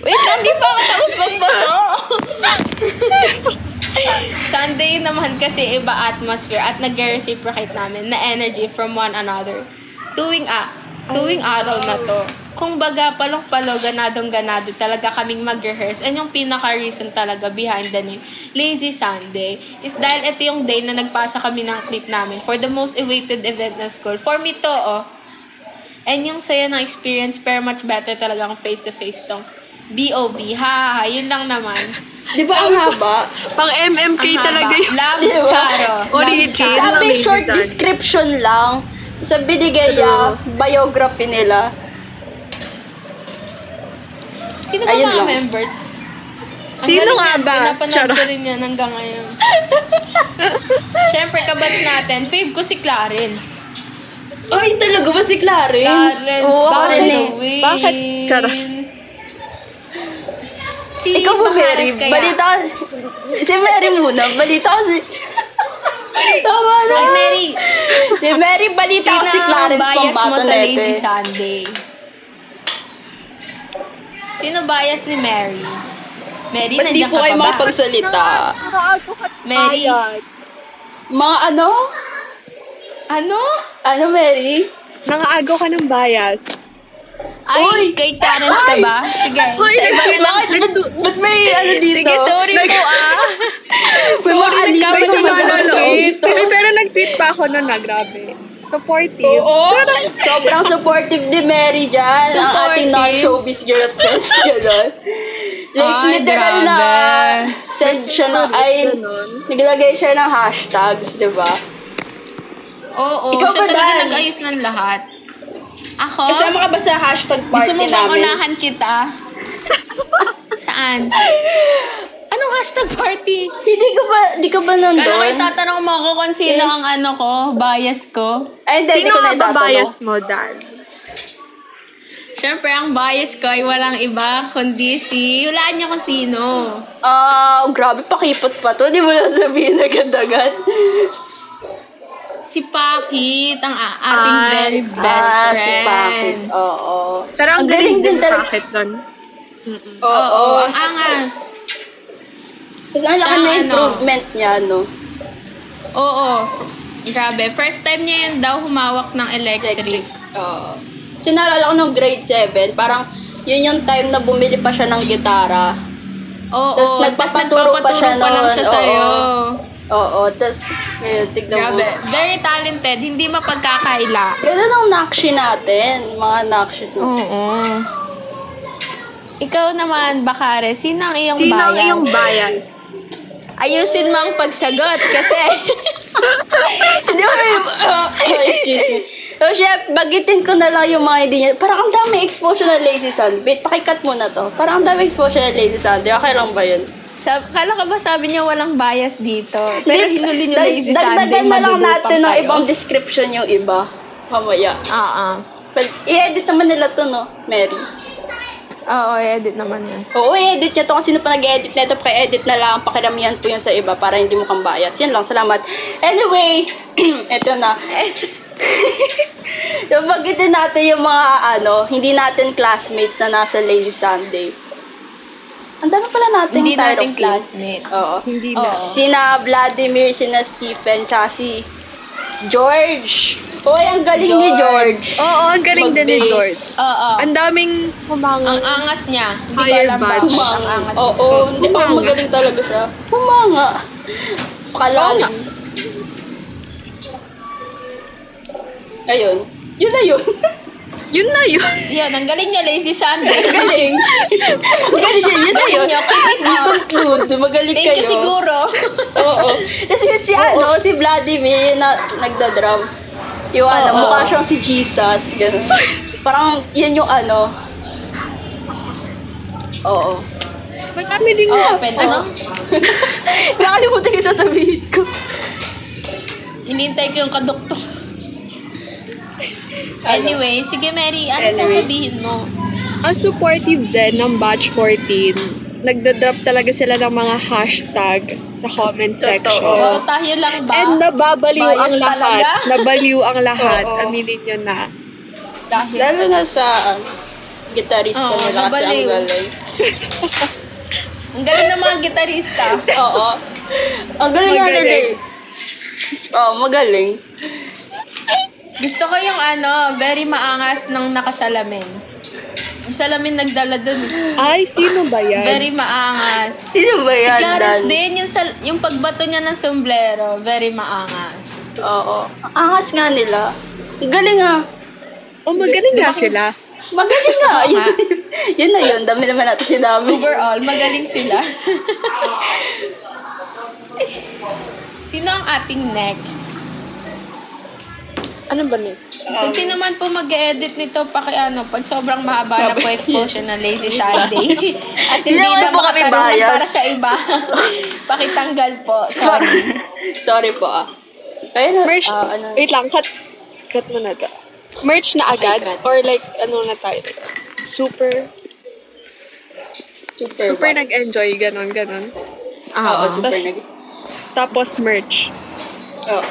Speaker 2: Wait, hindi pa ako tapos magbasa. Sunday naman kasi iba atmosphere at nag-reciprocate namin na energy from one another. Tuwing, ah, tuwing araw na to. Kung baga, palong-palo, ganadong ganado talaga kaming mag-rehearse. And yung pinaka-reason talaga behind the name, Lazy Sunday, is dahil ito yung day na nagpasa kami ng clip namin for the most awaited event ng school. For me to, oh. And yung saya ng experience, pero much better talaga kung face-to-face tong BOB. Ha, ha, ha. yun lang naman.
Speaker 3: Di ba ang haba?
Speaker 1: Pang MMK
Speaker 2: Ang
Speaker 1: talaga
Speaker 2: haba.
Speaker 1: yun.
Speaker 2: Love,
Speaker 3: Di ba?
Speaker 2: Charo.
Speaker 1: Origin.
Speaker 3: Sa
Speaker 1: Amazing
Speaker 3: short
Speaker 1: design.
Speaker 3: description lang. Sa binigay
Speaker 1: True.
Speaker 3: ah, biography nila.
Speaker 2: Sino ba
Speaker 3: Ayun
Speaker 2: mga
Speaker 3: lang.
Speaker 2: members? Ang
Speaker 1: Sino
Speaker 2: galing
Speaker 1: nga
Speaker 2: yan,
Speaker 1: ba?
Speaker 2: Pinapanood ko
Speaker 1: Charot.
Speaker 2: rin yan hanggang ngayon. Siyempre, kabatch natin. Fave ko si Clarence.
Speaker 3: Ay, talaga ba si Clarence?
Speaker 2: Clarence,
Speaker 3: Oo, ako
Speaker 2: by
Speaker 3: rin
Speaker 2: the
Speaker 3: eh.
Speaker 2: way.
Speaker 1: Bakit? Charot.
Speaker 2: Si
Speaker 3: Ikaw ba, Mary?
Speaker 2: Bahares kaya?
Speaker 3: Balita ka... Si Mary muna. Balita ko si... Tama na.
Speaker 2: Ay, Mary!
Speaker 3: Si Mary, balita ko si
Speaker 2: Sino ang
Speaker 3: Clarence
Speaker 2: bias mo sa Lazy
Speaker 3: Pambatonete.
Speaker 2: Sunday? Sino bias ni Mary? Mary,
Speaker 3: Ba't di
Speaker 2: nandiyan
Speaker 3: po
Speaker 2: ka
Speaker 3: kayo
Speaker 2: pa ba?
Speaker 3: makapagsalita?
Speaker 1: Nakaago ka na
Speaker 2: Mary.
Speaker 1: kayad.
Speaker 3: Mga ano?
Speaker 2: Ano?
Speaker 3: Ano, Mary?
Speaker 1: Nangaago ka ng bias.
Speaker 2: Ay,
Speaker 3: Uy!
Speaker 2: kay Clarence ka
Speaker 3: Ay!
Speaker 2: ba? Sige,
Speaker 1: Uy,
Speaker 2: sa iba ka lang.
Speaker 1: bakit? Nagdu-
Speaker 3: Ba't may ano dito?
Speaker 2: Sige, sorry po ah.
Speaker 3: May mga
Speaker 2: sorry,
Speaker 3: alito
Speaker 2: nagkamali
Speaker 1: Pero
Speaker 2: Ano,
Speaker 3: sa
Speaker 1: no, no,
Speaker 2: ako
Speaker 1: no.
Speaker 3: nag-tweet.
Speaker 1: Uy, pero nag-tweet pa ako nun na, grabe. Supportive.
Speaker 3: Oo.
Speaker 1: Pero-
Speaker 3: Sobrang supportive ni Mary dyan. Ang ating
Speaker 2: Supportive.
Speaker 3: non-showbiz girlfriends. Gano'n. Like,
Speaker 2: Ay,
Speaker 3: literal
Speaker 2: grabe.
Speaker 3: na send siya ng, ay,
Speaker 1: Ganun.
Speaker 3: naglagay siya ng hashtags, di ba?
Speaker 2: Oo,
Speaker 3: Ikaw
Speaker 2: siya
Speaker 3: ba,
Speaker 2: talaga
Speaker 3: Dan?
Speaker 2: nag-ayos ng lahat. Ako?
Speaker 3: Kasama ka ba sa hashtag
Speaker 2: Oh. gusto
Speaker 3: party
Speaker 2: mo bang
Speaker 3: namin?
Speaker 2: unahan kita? Saan? Anong hashtag party?
Speaker 3: Hindi ka ba, di ka ba
Speaker 2: Kala may
Speaker 3: nandun?
Speaker 2: tatanong mo ako kung sino
Speaker 3: Eh.
Speaker 2: ang ano ko, bias ko.
Speaker 3: Ay, hindi, hindi
Speaker 1: Sino
Speaker 3: ko na
Speaker 1: nga ba
Speaker 3: itatanong.
Speaker 1: bias mo, Dan?
Speaker 2: Siyempre, ang bias ko ay walang iba kundi si... Hulaan niyo kung sino.
Speaker 3: Ah, grabe, pakipot pa to. Di mo lang sabihin agad-agad.
Speaker 2: Si Pakit, ang a- ating
Speaker 1: Ay,
Speaker 2: very best
Speaker 3: ah, si Pakit.
Speaker 2: friend.
Speaker 3: Oo.
Speaker 1: Pero ang, galing, din
Speaker 3: talaga.
Speaker 1: bakit nun.
Speaker 3: Oo.
Speaker 2: Oo, ang angas.
Speaker 3: Kasi ang laki
Speaker 2: Siya,
Speaker 3: na
Speaker 2: ano.
Speaker 3: improvement niya, no?
Speaker 2: Oo, f- grabe. First time niya yun daw humawak ng electric.
Speaker 3: electric. Oo. Kasi naalala ko nung grade 7, parang yun yung time na bumili pa siya ng gitara.
Speaker 2: Oo,
Speaker 3: Tas
Speaker 2: tas
Speaker 3: nagpapaturo pa siya
Speaker 2: nagpapaturo pa lang
Speaker 3: noon.
Speaker 2: siya
Speaker 3: Oo.
Speaker 2: sa'yo.
Speaker 3: Oo, tas ngayon, tignan mo.
Speaker 2: Grabe. Very talented, hindi mapagkakaila.
Speaker 3: Ganun ang nakshi natin, mga nakshi natin.
Speaker 2: Oo. Ikaw naman, Bakare, sino ang iyong
Speaker 1: Sino ang
Speaker 2: bias?
Speaker 1: iyong bias?
Speaker 2: Ayusin mo ang pagsagot kasi
Speaker 3: Hindi ko uh, excuse me. So, chef, bagitin ko na lang yung mga hindi niya. Parang ang dami exposure na Lazy Sun. Wait, pakikat muna to. Parang ang dami exposure na Lazy Sun. Di okay lang ba yun?
Speaker 2: sab- kala ka ba sabi niya walang bias dito? Pero
Speaker 3: Hindi,
Speaker 2: hinuli niyo
Speaker 3: dag-
Speaker 2: lazy Sunday,
Speaker 3: Dagdagan na lang
Speaker 2: madudupang
Speaker 3: natin ng
Speaker 2: kayo.
Speaker 3: ibang description yung iba. Mamaya.
Speaker 2: Oo.
Speaker 3: Well, i-edit naman nila to, no, Mary?
Speaker 2: Oo, edit naman yun.
Speaker 3: Oo, i-edit niya to kasi na pa nag-edit na ito, paki-edit na lang, pakiramihan po yun sa iba para hindi mo kang bias. Yan lang, salamat. Anyway, eto na. Nabagitin natin yung mga ano, hindi natin classmates na nasa Lazy Sunday. Ang dami pala natin
Speaker 2: Hindi nating
Speaker 3: Tyroxine.
Speaker 2: classmate.
Speaker 3: Oo.
Speaker 1: Hindi
Speaker 2: Oo.
Speaker 1: na.
Speaker 3: Sina Vladimir, sina Stephen, tsaka si George. Hoy, ang galing ni George.
Speaker 1: Oo, ang galing din ni
Speaker 3: Mag-base.
Speaker 1: George.
Speaker 2: Oo.
Speaker 1: Ang daming
Speaker 2: Ang
Speaker 1: humanga.
Speaker 2: angas niya. Hindi ko
Speaker 1: Higher
Speaker 2: alam ba.
Speaker 1: batch.
Speaker 2: Ang
Speaker 3: Humanga.
Speaker 2: angas.
Speaker 3: Oo, hindi ako
Speaker 1: Humanga.
Speaker 3: magaling talaga siya. Humanga. Kalali. Ayun. Yun na yun.
Speaker 1: Yun na yun.
Speaker 2: Yun, ang galing niya, Lazy Sunday.
Speaker 3: Galing. Magaling yun. Yun na yun. You conclude. Magaling
Speaker 2: Thank
Speaker 3: kayo.
Speaker 2: you siguro.
Speaker 3: Oo. Kasi si ano, si Vladimir yun na nagda-drums. Yung ano,
Speaker 2: Oo.
Speaker 3: mukha siyang si Jesus. Ganun. Parang yan yung ano. Oo.
Speaker 1: May kami din
Speaker 2: Oo,
Speaker 1: na.
Speaker 2: open.
Speaker 1: Ano?
Speaker 2: Ano?
Speaker 3: Nakalimutan yung sasabihin ko.
Speaker 2: Inintay ko yung kadukto. Anyway, sige Mary, ano
Speaker 3: Ano? Anyway.
Speaker 2: sasabihin mo?
Speaker 1: Ang supportive din ng batch 14. Nagda-drop talaga sila ng mga hashtag sa comment section.
Speaker 2: Oo, tayo lang ba?
Speaker 1: And nababaliw
Speaker 2: Bias
Speaker 1: ang lahat.
Speaker 2: talaga?
Speaker 1: Nabaliw ang lahat.
Speaker 3: Oo.
Speaker 1: Aminin nyo na.
Speaker 2: Dahil.
Speaker 3: Lalo na sa ah, gitarista
Speaker 2: Oo,
Speaker 3: nila kasi ang
Speaker 2: nabaliw.
Speaker 3: galing.
Speaker 2: Ang galing ng mga gitarista.
Speaker 3: Oo. Ang galing nga nila
Speaker 1: Magaling.
Speaker 3: eh. Oo, magaling.
Speaker 2: Gusto ko yung ano, very maangas ng nakasalamin. Yung salamin nagdala dun.
Speaker 1: Ay, sino ba yan?
Speaker 2: Very maangas.
Speaker 3: Sino ba
Speaker 2: Si
Speaker 3: yan,
Speaker 2: Clarence
Speaker 3: Dan?
Speaker 2: din, yung, sal- yung pagbato niya ng sombrero, very maangas.
Speaker 3: Oo. Angas nga nila. Galing nga.
Speaker 1: oh, magaling nga sila.
Speaker 3: Magaling nga. yun, yun na yun. Dami naman natin si Dami.
Speaker 2: Overall, magaling sila. Sino ang ating next?
Speaker 1: Ano ba ni?
Speaker 2: Kung sino man po mag-edit nito, paki ano, pag sobrang mahaba na po exposure ng Lazy Sunday. At hindi
Speaker 3: Hindi naman
Speaker 2: na
Speaker 3: po kami
Speaker 2: makatarungan
Speaker 3: biased.
Speaker 2: para sa iba. Pakitanggal po.
Speaker 3: Sorry.
Speaker 2: Sorry.
Speaker 3: Sorry po ah. Kaya na,
Speaker 1: Merch,
Speaker 3: ah, ano,
Speaker 1: wait lang, cut, cut mo na to. Merch na agad?
Speaker 3: cut.
Speaker 1: Or like, ano na tayo? Super,
Speaker 3: super,
Speaker 1: super
Speaker 3: ba?
Speaker 1: nag-enjoy, ganon, ganon.
Speaker 3: Ah, Oo, super
Speaker 1: Tas-
Speaker 3: nag-
Speaker 1: Tapos merch.
Speaker 3: Oo.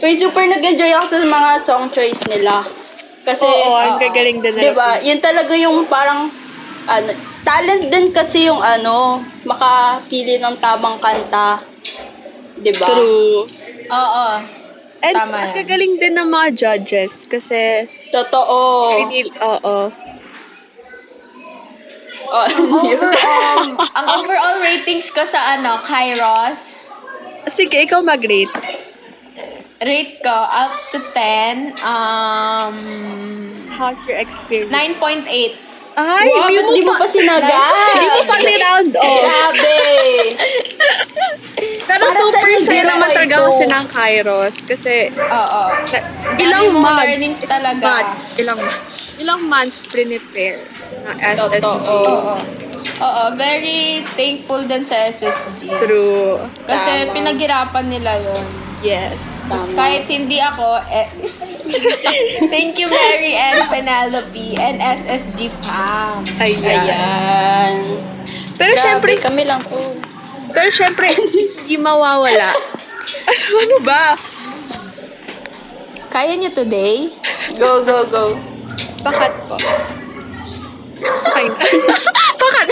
Speaker 3: Uy, super nag-enjoy ako sa mga song choice nila. Kasi, ah,
Speaker 1: Oo, ang gagaling din nila.
Speaker 3: Diba? Yun talaga yung parang, ano, talent din kasi yung ano, makapili ng tamang kanta. Diba?
Speaker 1: True.
Speaker 2: Oo.
Speaker 1: And
Speaker 2: Tama
Speaker 1: ang
Speaker 2: yan.
Speaker 1: gagaling din ng mga judges kasi
Speaker 3: Totoo.
Speaker 1: pinili, oo.
Speaker 3: Oh, yun.
Speaker 2: Overall, Um, ang overall ratings ko sa ano, Kairos,
Speaker 1: Sige, ikaw mag-rate.
Speaker 2: rate ko up to 10, um,
Speaker 1: How's your experience?
Speaker 2: 9.8.
Speaker 1: Ay,
Speaker 3: Wow,
Speaker 1: di
Speaker 3: ba't
Speaker 1: mo,
Speaker 3: di mo pa sinagal?
Speaker 1: Di mo pa ni-round
Speaker 3: Oh.
Speaker 1: off.
Speaker 3: Grabe.
Speaker 1: Pero
Speaker 3: Para
Speaker 1: super
Speaker 3: sa'yo,
Speaker 1: saya
Speaker 3: zero
Speaker 1: naman
Speaker 3: ito.
Speaker 1: talaga kasi ng Kairos. Kasi
Speaker 2: Oo.
Speaker 1: na-
Speaker 2: Dami
Speaker 1: ilang
Speaker 2: mong
Speaker 1: months,
Speaker 2: learnings talaga.
Speaker 1: but ilang ilang months prepare na SSG.
Speaker 3: Totoo.
Speaker 2: Oo. Oo, very thankful din sa SSG.
Speaker 1: True.
Speaker 2: Kasi
Speaker 3: Tama.
Speaker 2: pinaghirapan nila yon.
Speaker 1: Yes.
Speaker 3: Tama.
Speaker 2: Kahit hindi ako, eh, thank you Mary and Penelope and SSG fam.
Speaker 1: Ayan.
Speaker 3: Ayan.
Speaker 1: Pero
Speaker 3: Grabe,
Speaker 1: syempre,
Speaker 3: kami lang to.
Speaker 1: pero syempre, hindi mawawala. ano, ano ba?
Speaker 2: Kaya niyo today?
Speaker 3: Go, go, go.
Speaker 1: Bakat po. Okay. Bakat.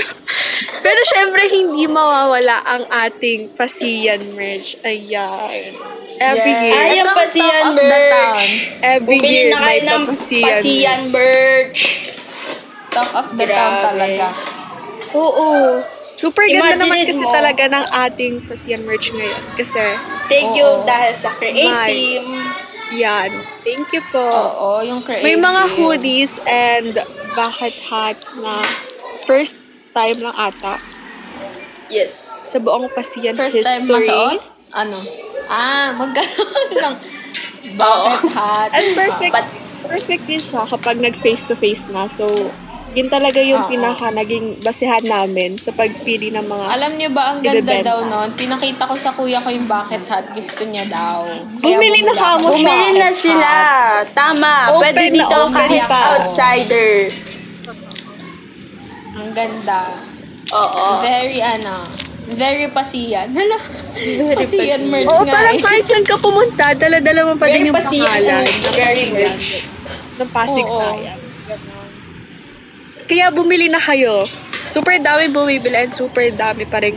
Speaker 1: Pero syempre, hindi mawawala ang ating pasiyan merch. Ayan. Every
Speaker 2: Yes.
Speaker 1: year.
Speaker 3: Ay,
Speaker 2: Ito
Speaker 3: ang
Speaker 2: ang
Speaker 3: pasiyan
Speaker 2: top of the
Speaker 3: merch.
Speaker 2: town.
Speaker 1: Every
Speaker 3: Bumili
Speaker 1: year,
Speaker 3: na kayo
Speaker 1: may
Speaker 3: ng
Speaker 1: papasiyan.
Speaker 3: pasiyan merch.
Speaker 2: Talk of the town
Speaker 3: Grabe.
Speaker 2: talaga.
Speaker 1: Oo. Super ganda
Speaker 3: Imagine
Speaker 1: naman
Speaker 3: it
Speaker 1: kasi
Speaker 3: mo.
Speaker 1: talaga ng ating pasiyan merch ngayon. Kasi,
Speaker 3: Thank you
Speaker 2: Oo.
Speaker 3: dahil sa creative
Speaker 1: Bye.
Speaker 3: team.
Speaker 1: yan. Thank you po.
Speaker 2: Oo, yung creative.
Speaker 1: May mga hoodies and bucket hats na first time lang ata
Speaker 3: Yes.
Speaker 1: sa buong pasiyan
Speaker 2: First
Speaker 1: history.
Speaker 2: time masuot? Ano? Ah, magkaroon ng bucket hat.
Speaker 1: And perfect,
Speaker 3: But-
Speaker 1: perfect din siya kapag nag face-to-face na. So, yun talaga yung
Speaker 2: Oo.
Speaker 1: pinaka naging basehan namin sa pagpili ng mga...
Speaker 2: Alam niyo ba, ang ganda
Speaker 1: Ibebenta.
Speaker 2: daw noon. Pinakita ko sa kuya ko yung bucket hat. Gusto niya daw. Kaya
Speaker 1: Bumili na
Speaker 2: bumula
Speaker 1: kamo
Speaker 2: ako ng
Speaker 1: siya.
Speaker 3: Bumili na
Speaker 2: bucket
Speaker 3: sila.
Speaker 2: hat.
Speaker 3: Tama.
Speaker 1: Open
Speaker 3: Pwede
Speaker 1: na
Speaker 3: dito
Speaker 1: open
Speaker 3: kahit
Speaker 2: pa.
Speaker 3: outsider.
Speaker 2: Ang ganda.
Speaker 3: Oo.
Speaker 2: Very, ano, very pasiyan. Hala, pasiyan merch
Speaker 1: Oo,
Speaker 2: nga
Speaker 1: parang
Speaker 2: eh.
Speaker 1: kahit saan ka pumunta, dala-dala mo pa din yung pangalan
Speaker 3: Very merch.
Speaker 1: ng Pasig
Speaker 2: Oo.
Speaker 1: Sayang. Kaya bumili na kayo. Super dami bumibili and super dami pa rin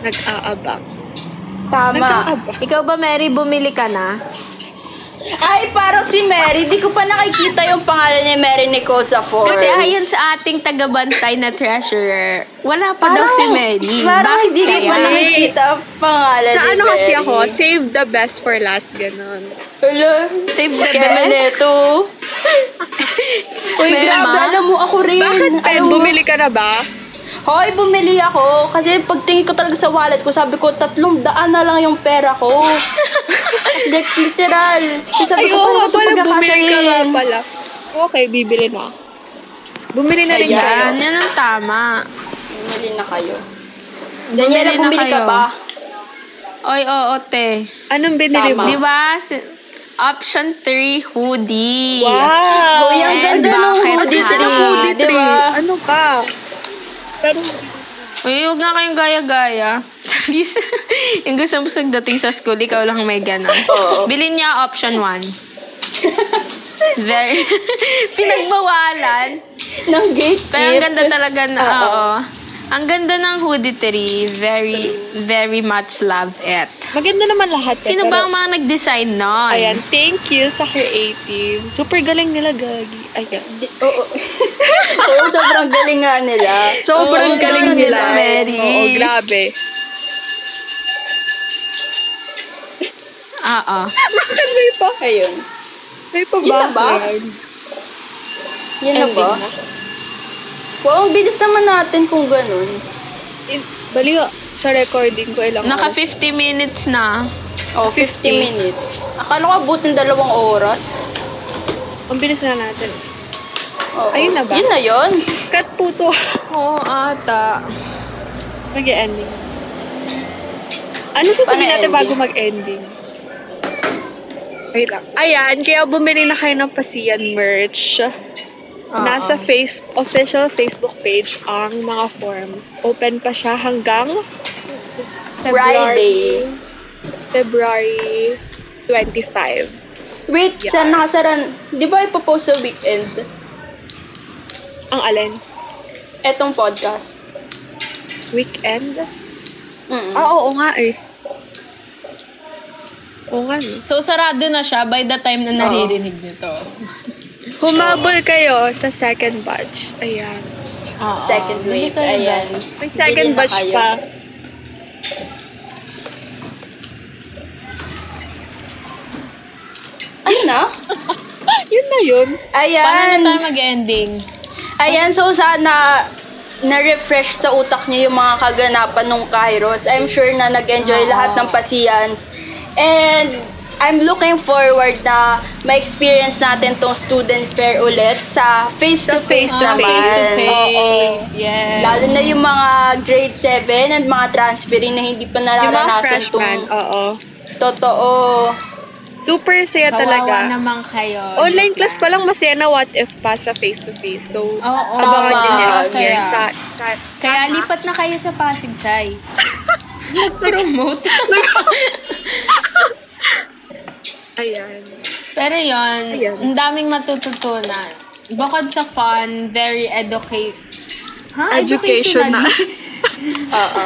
Speaker 1: nag-aabang.
Speaker 3: Tama.
Speaker 1: Nag-aabang.
Speaker 2: Ikaw ba, Mary, bumili ka na?
Speaker 3: Ay, parang si Mary. Di ko pa nakikita yung pangalan ni Mary Nicosa Forbes.
Speaker 2: Kasi ayon sa ating tagabantay na treasurer, wala pa daw si Mary.
Speaker 3: Parang
Speaker 2: Bakit
Speaker 3: hindi ko
Speaker 2: kaya?
Speaker 3: pa nakikita ang pangalan
Speaker 1: Sa
Speaker 3: ni
Speaker 1: ano kasi
Speaker 3: Mary.
Speaker 1: ako, save the best for last, ganun.
Speaker 3: Hmm, Hello?
Speaker 2: Save the
Speaker 3: Kaya
Speaker 2: best.
Speaker 3: neto. Uy,
Speaker 2: Meron
Speaker 3: grabe.
Speaker 2: ba?
Speaker 3: Alam mo, ako rin.
Speaker 1: Bakit, Pen?
Speaker 3: Alam mo-
Speaker 1: Bumili ka na ba?
Speaker 3: Hoy, bumili ako. Kasi pagtingin ko talaga sa wallet ko, sabi ko, tatlong daan na lang yung pera ko. like, literal. Kasi
Speaker 1: Ay,
Speaker 3: sabi ko,
Speaker 1: oo,
Speaker 3: paano
Speaker 1: pala,
Speaker 3: ko pagkakasya
Speaker 1: bumili ka nga
Speaker 3: yun?
Speaker 1: pala. Okay, bibili na. Bumili na rin
Speaker 3: Ayan.
Speaker 1: kayo.
Speaker 2: Yan, yan ang tama.
Speaker 3: Bumili na kayo. Daniela,
Speaker 2: na
Speaker 3: bumili ka
Speaker 2: kayo.
Speaker 3: ba?
Speaker 2: Oy, oo, te.
Speaker 1: Anong binili
Speaker 3: Tama.
Speaker 1: mo?
Speaker 2: Di ba? Si- Option 3, hoodie.
Speaker 1: Wow!
Speaker 3: Hoy, ang
Speaker 2: And
Speaker 3: ganda ng
Speaker 2: bucket
Speaker 3: hoodie
Speaker 2: hat.
Speaker 3: tree.
Speaker 2: Ang
Speaker 1: Hoodie
Speaker 3: di
Speaker 1: tree.
Speaker 3: ba?
Speaker 1: Ano ka? Pero,
Speaker 2: Uy, huwag nga kayong gaya-gaya. Please. yung gusto mo dating sa school, ikaw lang may ganun.
Speaker 3: Oo.
Speaker 2: Bilin niya option 1. Very. Pinagbawalan.
Speaker 3: Ng gate
Speaker 2: Pero ang ganda talaga na, oo. Ang ganda ng hoodie tree. Very, very much love it.
Speaker 1: Maganda naman lahat. eh,
Speaker 2: Sino
Speaker 1: pero-
Speaker 2: ba ang mga nag-design nun?
Speaker 1: Ayan, thank you sa creative. Super galing nila, Gagi. Ayan.
Speaker 3: Di- Oo. Oo, sobrang galing nga nila.
Speaker 1: Sobrang
Speaker 3: Oo,
Speaker 1: galing
Speaker 3: ganun
Speaker 1: nila.
Speaker 3: nila, Mary.
Speaker 1: Oo, Oh, grabe.
Speaker 2: Oo.
Speaker 1: Bakit may pa?
Speaker 3: Ayun.
Speaker 1: May pa
Speaker 3: Yun na ba?
Speaker 1: background?
Speaker 3: Yan na ba?
Speaker 1: Ending
Speaker 3: Wow, ang bilis naman natin kung ganun.
Speaker 1: In- Baliw, sa recording ko ilang
Speaker 2: Naka
Speaker 1: oras.
Speaker 2: 50 minutes na.
Speaker 3: Oh, 50 minutes. Akala ko abot ng dalawang oras.
Speaker 1: Ang bilis na natin.
Speaker 3: Oo.
Speaker 1: Ayun na ba?
Speaker 3: Yun na yun.
Speaker 1: Cut po to.
Speaker 2: Oo, ata.
Speaker 1: Mag-ending. Ano sasabihin
Speaker 3: Paano
Speaker 1: natin
Speaker 3: ending?
Speaker 1: bago mag-ending? Wait lang. Ayan, kaya bumili na kayo ng Pasiyan merch.
Speaker 2: Oo.
Speaker 1: Nasa face, official Facebook page ang mga forms. Open pa siya hanggang
Speaker 3: Friday.
Speaker 1: February 25.
Speaker 3: Wait, saan nakasaran? Di ba ipopost sa weekend?
Speaker 1: Ang alin?
Speaker 3: Etong podcast.
Speaker 1: Weekend?
Speaker 3: Mm.
Speaker 1: Ah, oo nga eh. Oo nga eh. no.
Speaker 2: So, sarado na siya by the time na naririnig niyo to.
Speaker 1: Humabol kayo sa second batch. Ayan.
Speaker 2: Oo.
Speaker 3: Second
Speaker 2: Bili
Speaker 3: wave,
Speaker 2: kayo,
Speaker 3: ayan.
Speaker 2: guys.
Speaker 1: May second
Speaker 3: Bili na
Speaker 1: batch
Speaker 3: kayo.
Speaker 1: pa.
Speaker 3: Ayun na?
Speaker 1: yun na yun.
Speaker 3: Ayan.
Speaker 2: Paano na tayo mag-ending?
Speaker 3: Ayan, so sana na-refresh sa utak niyo yung mga kaganapan nung Kairos. I'm sure na
Speaker 2: Oo.
Speaker 3: nag-enjoy lahat ng pasiyans. And I'm looking forward na ma-experience natin tong student fair ulit sa face-to-face
Speaker 1: Sa
Speaker 2: Ah,
Speaker 3: naman.
Speaker 2: face-to-face. Yes.
Speaker 3: Lalo na yung mga grade 7 at mga transferring na hindi pa
Speaker 1: Yung mga
Speaker 3: nararanasan
Speaker 1: freshman,
Speaker 3: tong
Speaker 1: oo.
Speaker 3: totoo.
Speaker 1: Super saya
Speaker 2: Kawawa
Speaker 1: talaga.
Speaker 2: naman kayo.
Speaker 1: Online class pa lang masaya na what if pa sa face-to-face. So,
Speaker 2: Oo,
Speaker 1: abangan
Speaker 3: tama.
Speaker 1: din next
Speaker 2: Masaya.
Speaker 1: year sa, sa
Speaker 2: Kaya lipat na kayo sa Pasig, Chay. Nag-promote.
Speaker 1: Ayan.
Speaker 2: Pero yon,
Speaker 1: Ayun.
Speaker 2: ang daming matututunan. Bukod sa fun, very educate. Ha?
Speaker 1: Education na.
Speaker 2: Educationally?
Speaker 3: Oo.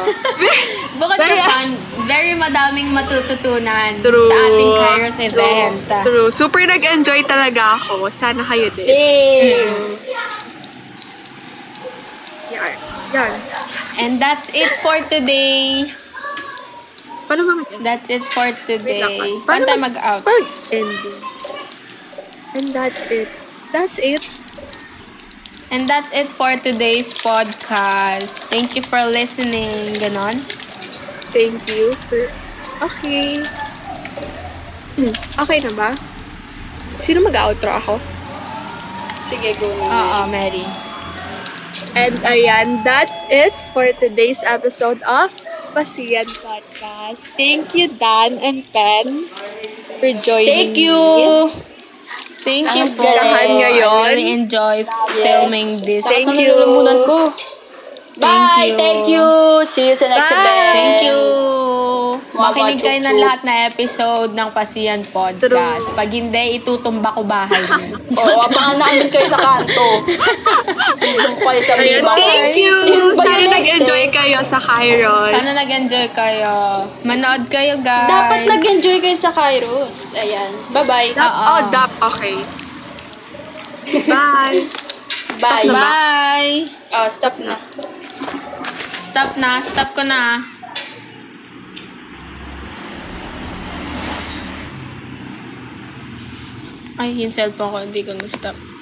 Speaker 2: Bukod
Speaker 1: Very-
Speaker 2: sa fun, very madaming matututunan
Speaker 1: True.
Speaker 2: sa ating Kairos event.
Speaker 1: True. Super nag-enjoy talaga ako. Sana kayo din.
Speaker 3: Same.
Speaker 1: Yan. Yan.
Speaker 2: And that's it for today.
Speaker 1: Paano ba mag-end?
Speaker 2: That's it for
Speaker 1: Wait lang.
Speaker 2: today.
Speaker 1: Paano
Speaker 2: Paano tayo
Speaker 1: mag-
Speaker 2: mag-out?
Speaker 1: Pag-ending. And that's it. That's it.
Speaker 2: And that's it for today's podcast. Thank you for listening. Ganon.
Speaker 1: Thank you for... Okay. Hmm, Okay na ba? Sino mag-outro ako?
Speaker 3: Sige, go na.
Speaker 2: Oo, Mary.
Speaker 1: And ayan, that's it for today's episode of Pasiyan Podcast. Thank you, Dan and Pen, for joining
Speaker 3: Thank you.
Speaker 1: me.
Speaker 2: Thank you
Speaker 3: Ang
Speaker 2: po.
Speaker 3: galahan
Speaker 1: ngayon.
Speaker 2: I really enjoy filming this.
Speaker 1: Thank
Speaker 3: Sakto na
Speaker 1: you.
Speaker 3: lalamunan ko. Bye!
Speaker 2: you.
Speaker 3: Thank you! See you sa next
Speaker 1: Bye.
Speaker 3: event!
Speaker 2: Thank you.
Speaker 3: Mama
Speaker 2: Makinig kayo ng
Speaker 3: Chuchu.
Speaker 2: lahat na episode ng Pasiyan Podcast. Pag hindi, itutumba ko bahay niyo.
Speaker 3: Oo, Oh, abangan namin kayo sa kanto. Sundo kayo sa
Speaker 1: Ayan,
Speaker 3: biba.
Speaker 1: thank you!
Speaker 3: Yung ba
Speaker 1: Sana
Speaker 3: yun?
Speaker 1: nag-enjoy kayo sa Kairos.
Speaker 2: Sana nag-enjoy kayo. Manood kayo, guys.
Speaker 3: Dapat nag-enjoy kayo sa Kairos. Ayan. Bye-bye.
Speaker 1: Dap,
Speaker 2: Oo.
Speaker 1: oh, dap, okay. Bye!
Speaker 3: Bye.
Speaker 2: Bye.
Speaker 3: Oh, stop na.
Speaker 2: Stop na. Stop ko na. Ay, yung cellphone ko. Hindi ko na-stop.